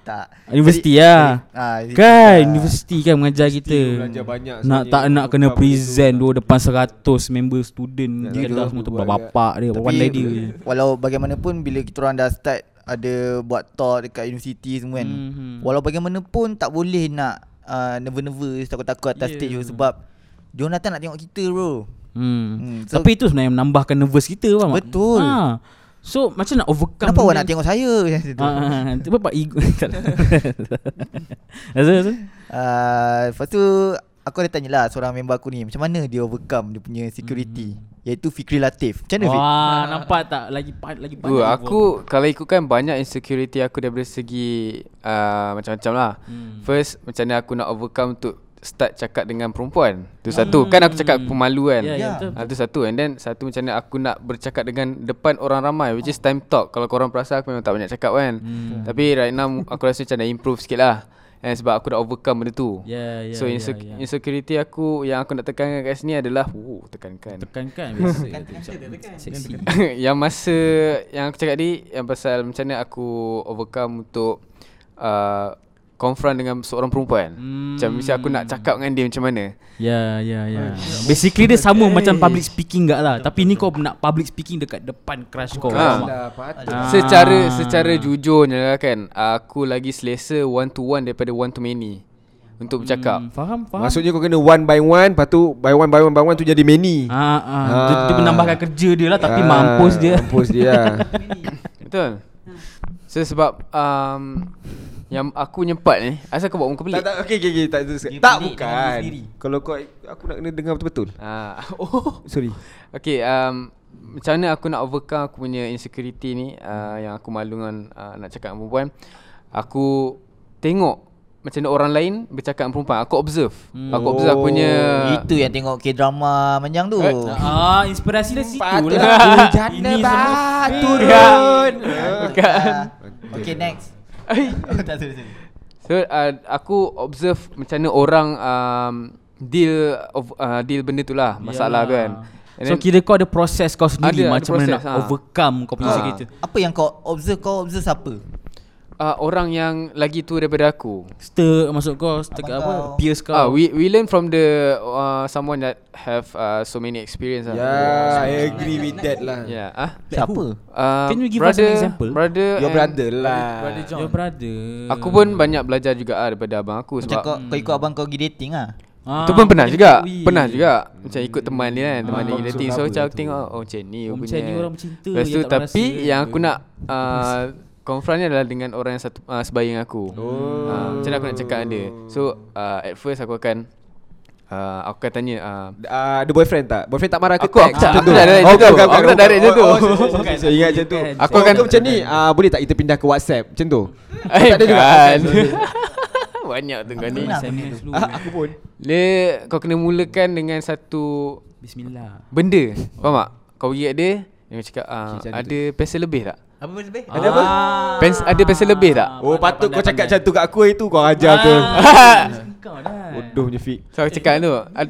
[SPEAKER 6] tak
[SPEAKER 2] Universiti
[SPEAKER 6] Jadi-
[SPEAKER 2] lah
[SPEAKER 6] ah, jadi-
[SPEAKER 2] Kan
[SPEAKER 6] ah.
[SPEAKER 2] universiti kan mengajar kita
[SPEAKER 1] belajar banyak
[SPEAKER 2] Nak
[SPEAKER 1] sebenarnya.
[SPEAKER 2] tak nak kena
[SPEAKER 1] Bukan benda tu. kan?
[SPEAKER 2] present tu Depan 100 member student
[SPEAKER 1] Ya,
[SPEAKER 2] Kedah
[SPEAKER 1] dulu
[SPEAKER 2] semua tu
[SPEAKER 1] buat
[SPEAKER 2] bapak dia Pandai dia
[SPEAKER 6] Walau bagaimanapun bila kita orang dah start ada buat talk dekat universiti semua kan.
[SPEAKER 2] Mhm.
[SPEAKER 6] Mm-hmm. Walau bagaimanapun tak boleh nak uh, nervous-nervous takut-takut atas yeah. stage tu sebab diorang datang nak tengok kita bro. Hmm,
[SPEAKER 2] Hmm.
[SPEAKER 6] so-
[SPEAKER 2] Tapi itu sebenarnya menambahkan nervous kita faham tak?
[SPEAKER 6] Betul.
[SPEAKER 2] Ha. So macam nak overcome
[SPEAKER 6] Kenapa awak
[SPEAKER 2] benda-
[SPEAKER 6] nak tengok saya macam tu?
[SPEAKER 2] Ah, ah, ah. Itu bapak ego Tak lah. Lepas tu, lepas tu?
[SPEAKER 6] Uh, lepas tu aku ada tanya lah seorang member aku ni macam mana dia overcome dia punya security mm. iaitu Fikri Latif. Macam mana Fik?
[SPEAKER 2] Hmm. Wah nampak tak Lagi pa- lagi
[SPEAKER 7] Uh, aku kalau ikutkan banyak insecurity aku daripada segi uh, macam-macam lah. Hmm. First macam mana aku nak overcome untuk start cakap dengan perempuan. Tu satu. Kan aku cakap pemalu kan.
[SPEAKER 2] Hmm. Ya, ya, betul,
[SPEAKER 7] Ah, tu satu and then satu macam mana aku nak bercakap dengan depan orang ramai which is time talk. Kalau korang perasan aku memang tak banyak cakap kan. Hmm. Tapi right now aku rasa macam nak improve sikit lah. And sebab aku dah overcome benda tu.
[SPEAKER 2] Ya, ya,
[SPEAKER 7] so
[SPEAKER 2] ya,
[SPEAKER 7] insec-
[SPEAKER 2] ya.
[SPEAKER 7] insecurity aku yang aku nak tekankan kat sini adalah oh, tekankan.
[SPEAKER 2] Tekankan biasa tu, macam Seksi
[SPEAKER 7] yang masa yang aku cakap tadi yang pasal macam mana aku overcome untuk uh, confront dengan seorang perempuan. Hmm. Macam mesti aku nak cakap dengan dia macam mana.
[SPEAKER 2] Ya ya
[SPEAKER 6] Oh,
[SPEAKER 2] ya Basically dia sama macam public speaking gak lah Tapi ni kau nak public speaking dekat depan crush kau faham tak? Ah.
[SPEAKER 7] Secara secara jujurnya lah kan, aku lagi selesa one to one daripada one to many untuk bercakap.
[SPEAKER 2] Hmm, Faham faham
[SPEAKER 1] Maksudnya kau kena one by one Lepas tu by one by one by one tu jadi many
[SPEAKER 2] Ah, ah. Dia, dia
[SPEAKER 1] Ah.
[SPEAKER 2] menambahkan kerja dia lah
[SPEAKER 7] Ah,
[SPEAKER 2] Tapi mampus dia
[SPEAKER 1] Mampus dia lah
[SPEAKER 7] Betul. So sebab um, yang aku nyempat ni, asal kau buat muka
[SPEAKER 1] Tak
[SPEAKER 7] pelik.
[SPEAKER 1] tak okay okay, okay tak, tak, tak bukan Kalau kau Aku nak kena dengar betul-betul
[SPEAKER 7] Ah, oh.
[SPEAKER 1] Sorry
[SPEAKER 7] Okay um, Macam mana aku nak overcome Aku punya insecurity ni uh, Yang aku malu dengan uh, Nak cakap dengan perempuan Aku Tengok Macam mana orang lain Bercakap dengan perempuan Aku observe hmm. Aku observe aku punya
[SPEAKER 6] Oh, Itu yang tengok K-drama panjang tu.
[SPEAKER 2] Ah, inspirasi dia situ lah
[SPEAKER 1] Hujan lebat
[SPEAKER 7] lah.
[SPEAKER 1] turun
[SPEAKER 7] Bukan
[SPEAKER 6] okay next. tak sorry sorry.
[SPEAKER 7] So uh, Aku observe Macam mana orang um, Deal of, uh, Deal benda tu lah Masalah tu kan And
[SPEAKER 2] Ya. So
[SPEAKER 7] then-
[SPEAKER 2] kira kau ada proses kau sendiri
[SPEAKER 7] Ada, ada
[SPEAKER 2] Macam mana
[SPEAKER 7] proses,
[SPEAKER 2] nak
[SPEAKER 7] ah.
[SPEAKER 2] overcome kau punya
[SPEAKER 7] Ah.
[SPEAKER 2] insecurity
[SPEAKER 6] Apa yang kau observe kau observe siapa?
[SPEAKER 7] uh, Orang yang Lagi tu daripada aku
[SPEAKER 2] Stir masuk kau stir
[SPEAKER 6] Abang
[SPEAKER 2] apa
[SPEAKER 6] kau.
[SPEAKER 2] Pierce
[SPEAKER 7] Ah,
[SPEAKER 2] kau
[SPEAKER 7] we we learn from the uh, someone that have uh, so many experience lah.
[SPEAKER 1] Yeah Ya, I agree with that lah
[SPEAKER 7] Yeah. Ah.
[SPEAKER 6] Siapa?
[SPEAKER 7] Uh,
[SPEAKER 2] Can you give us
[SPEAKER 7] brother,
[SPEAKER 2] an example?
[SPEAKER 7] Brother
[SPEAKER 1] Your
[SPEAKER 7] and-
[SPEAKER 1] brother lah
[SPEAKER 3] Brother John
[SPEAKER 2] Your brother
[SPEAKER 7] Aku pun banyak belajar juga ah, daripada abang aku
[SPEAKER 6] Macam
[SPEAKER 7] sebab
[SPEAKER 6] kau, kau ikut abang kau pergi dating ah.
[SPEAKER 2] Ah,
[SPEAKER 7] tu pun pernah juga.
[SPEAKER 2] ui.
[SPEAKER 7] Pernah juga macam ikut teman dia kan, teman dia dating.
[SPEAKER 1] apa
[SPEAKER 7] So macam aku
[SPEAKER 1] tu?
[SPEAKER 7] tengok oh macam ni
[SPEAKER 2] Oh,
[SPEAKER 7] punya.
[SPEAKER 2] macam ni orang bercinta
[SPEAKER 7] Lepas
[SPEAKER 2] yang
[SPEAKER 7] tu
[SPEAKER 2] tak
[SPEAKER 7] tapi
[SPEAKER 2] berasa.
[SPEAKER 7] yang aku nak ah, confront ni adalah dengan orang yang satu ah, sebaya dengan aku. Oh. macam mana aku nak cakap dengan dia. So ah, at first aku akan ah, aku akan tanya ah,
[SPEAKER 1] Ah, Ada boyfriend tak? Boyfriend tak marah ke
[SPEAKER 7] Aku- aku tak- aku tak direct
[SPEAKER 1] Oh,
[SPEAKER 7] macam tu.
[SPEAKER 1] bukan, bukan,
[SPEAKER 7] Aku
[SPEAKER 1] bukan.
[SPEAKER 7] tak direct Kan, macam tu.
[SPEAKER 1] Oh, oh, sorry, sorry, sorry. Saya ingat macam tu Aku akan macam ni ah, Boleh tak kita pindah ke WhatsApp? Macam tu
[SPEAKER 7] Eh
[SPEAKER 1] Tak ada juga.
[SPEAKER 7] kan Banyak tu kau
[SPEAKER 6] lah?
[SPEAKER 7] ni
[SPEAKER 2] SMS dulu
[SPEAKER 1] Ah, Aku pun
[SPEAKER 7] Dia kau kena mulakan dengan satu
[SPEAKER 2] Bismillah
[SPEAKER 7] benda Faham tak? Kau pergi kat dia Dia cakap ah, ada pencil lebih tak?
[SPEAKER 6] Apa benda?
[SPEAKER 1] Ada apa?
[SPEAKER 7] Pens, ada pencil lebih tak?
[SPEAKER 1] Oh patut kau cakap macam tu kat aku hari tu Kau ajar aku
[SPEAKER 7] Ah.
[SPEAKER 2] Ah. Kau dah
[SPEAKER 1] Bodohnya Fik
[SPEAKER 7] So aku cakap tu ad,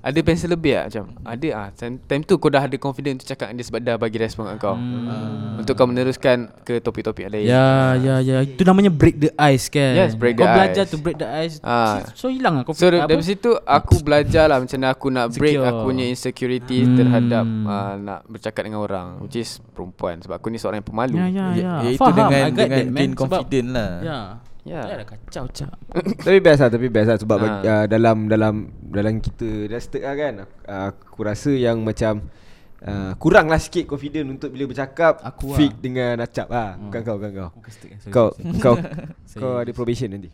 [SPEAKER 7] Ada pencil lebih tak? Macam ada ah. Time, time tu kau dah ada confident untuk cakap dengan dia Sebab dah bagi respon kat kau
[SPEAKER 2] Hmm.
[SPEAKER 7] Untuk kau meneruskan ke topik-topik lain
[SPEAKER 2] Ya ya ya itu namanya break the ice kan.
[SPEAKER 7] Yes, break
[SPEAKER 2] Kau
[SPEAKER 7] the
[SPEAKER 2] belajar
[SPEAKER 7] ice.
[SPEAKER 2] to break the ice.
[SPEAKER 7] Ah.
[SPEAKER 2] So hilang lah kau
[SPEAKER 7] So
[SPEAKER 2] fikir
[SPEAKER 7] dari situ aku belajar lah macam mana aku nak break
[SPEAKER 2] Insecure.
[SPEAKER 7] aku punya insecurity terhadap uh, nak bercakap dengan orang which is perempuan sebab aku ni seorang yang pemalu.
[SPEAKER 2] Ya ya ya.
[SPEAKER 3] Iaitu
[SPEAKER 2] Faham,
[SPEAKER 3] dengan
[SPEAKER 2] I get
[SPEAKER 3] dengan
[SPEAKER 2] that, man.
[SPEAKER 3] gain
[SPEAKER 2] Sebab-
[SPEAKER 3] confident lah
[SPEAKER 2] Ya.
[SPEAKER 7] Ya.
[SPEAKER 2] Ya dah kacau cak.
[SPEAKER 1] Tapi best lah Tapi best lah Sebab
[SPEAKER 7] Ha.
[SPEAKER 1] bagi- ah, dalam Dalam Dalam kita Rasted lah kan ah, Aku rasa yang macam Uh, kurang lah sikit confident untuk bila bercakap
[SPEAKER 2] Aku
[SPEAKER 1] Fik
[SPEAKER 2] lah.
[SPEAKER 1] dengan Acap lah Bukan kau, bukan kau
[SPEAKER 2] Kestik
[SPEAKER 1] Kau kau kau ada probation nanti.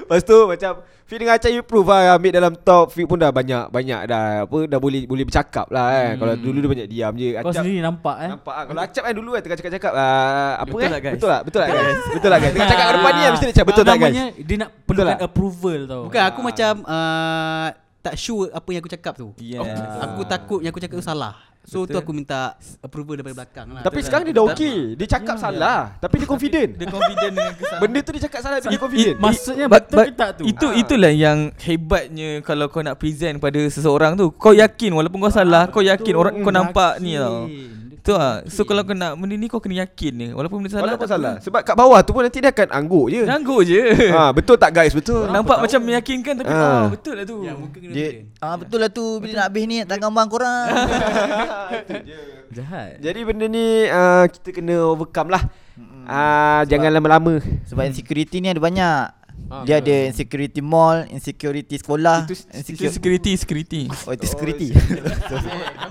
[SPEAKER 1] Lepas tu macam Fit dengan Acai you prove lah Ambil dalam top Fit pun dah banyak Banyak dah Apa Dah boleh boleh bercakap lah kan Kalau dulu dia banyak diam je
[SPEAKER 2] Hmm. Kau
[SPEAKER 1] Acap
[SPEAKER 2] sendiri nampak eh.
[SPEAKER 1] Nampak lah Kalau Acap kan dulu kan Tengah cakap-cakap ah, Apa
[SPEAKER 3] Betul
[SPEAKER 1] eh
[SPEAKER 3] tak, guys?
[SPEAKER 1] Betul tak Betul tak guys Betul tak guys Tengah cakap kat depan ni Habis tu dia cakap Betul tak guys
[SPEAKER 2] Namanya dia nak
[SPEAKER 1] Betul
[SPEAKER 2] perlukan
[SPEAKER 1] tak?
[SPEAKER 2] approval tau.
[SPEAKER 4] Bukan aku macam uh, tak sure apa yang aku cakap tu.
[SPEAKER 3] Yes. Okay.
[SPEAKER 4] Aku takut yang aku cakap tu salah. So tu aku minta approval daripada belakang lah.
[SPEAKER 1] Tapi sekarang dia dah okey Dia cakap salah Hmm. Tapi dia confident
[SPEAKER 3] Dia confident dengan kesan
[SPEAKER 1] Benda tu dia cakap salah Tapi dia confident
[SPEAKER 2] Maksudnya
[SPEAKER 3] But-
[SPEAKER 2] betul ke
[SPEAKER 3] but
[SPEAKER 2] tak tu? Ah.
[SPEAKER 3] Itu itulah yang hebatnya kalau kau nak present pada seseorang tu. Kau yakin walaupun kau salah, kau yakin orang kau nampak ni
[SPEAKER 2] Ah,
[SPEAKER 3] tau.
[SPEAKER 2] Yakin. Dia
[SPEAKER 3] Tu lah So kalau kau nak Benda ni kau kena yakin ni Walaupun benda salah
[SPEAKER 1] Walaupun
[SPEAKER 3] tak
[SPEAKER 1] salah Sebab kat bawah tu pun nanti dia akan angguk je
[SPEAKER 3] apa. Nanggut je
[SPEAKER 1] ha, Betul tak guys betul
[SPEAKER 3] Nampak macam meyakinkan Tapi
[SPEAKER 1] Ah.
[SPEAKER 3] ah. betul lah tu ya,
[SPEAKER 6] Dia ah betul lah tu bila nak habis ni tak gambar korang.
[SPEAKER 2] Jahat
[SPEAKER 1] Jadi benda ni uh, Kita kena overcome lah uh, Jangan lama-lama
[SPEAKER 6] Sebab insecurity ni ada banyak. Dia ada insecurity mall, insecurity sekolah,
[SPEAKER 3] Itu
[SPEAKER 6] insecurity
[SPEAKER 3] security Security
[SPEAKER 6] Oh itu security.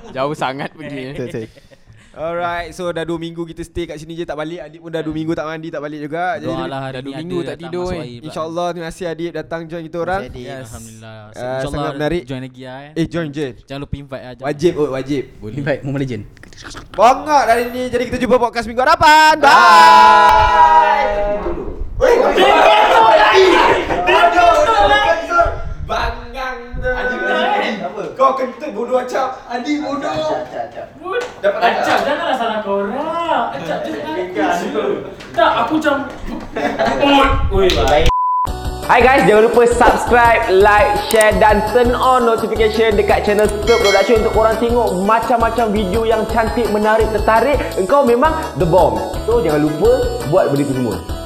[SPEAKER 7] Jauh sangat pergi.
[SPEAKER 1] Alright So dah 2 minggu kita stay kat sini je Tak balik Adib pun dah 2 minggu tak mandi Tak balik juga Jadi
[SPEAKER 2] Doa lah hari
[SPEAKER 7] dah
[SPEAKER 2] ni
[SPEAKER 7] dua minggu
[SPEAKER 2] ada
[SPEAKER 7] tak
[SPEAKER 2] datang
[SPEAKER 7] tidur,
[SPEAKER 2] masuk
[SPEAKER 7] eh.
[SPEAKER 2] air pula.
[SPEAKER 1] InsyaAllah terima kasih Adib datang join kita orang
[SPEAKER 6] Jadi
[SPEAKER 2] Ya, Alhamdulillah
[SPEAKER 1] Eh,
[SPEAKER 2] InsyaAllah
[SPEAKER 1] sangat menarik.
[SPEAKER 2] Join lagi lah eh
[SPEAKER 1] Eh join je
[SPEAKER 2] Jangan lupa invite lah jangan-
[SPEAKER 1] Wajib oh, wajib
[SPEAKER 4] Boleh Baik Mobile Legend
[SPEAKER 1] Bongok hari ni Jadi kita jumpa podcast minggu hadapan Bye Weh Bangang tu Kau kentut bodoh acap Adi bodoh Dapat acap
[SPEAKER 8] Acap janganlah salah korang Acap jangan Tak aku macam Ut Ui lah
[SPEAKER 9] Hai guys, jangan lupa subscribe, like, share dan turn on notification dekat channel Scoop Production untuk korang tengok macam-macam video yang cantik, menarik, tertarik. Engkau memang the bomb. So jangan lupa buat benda tu semua.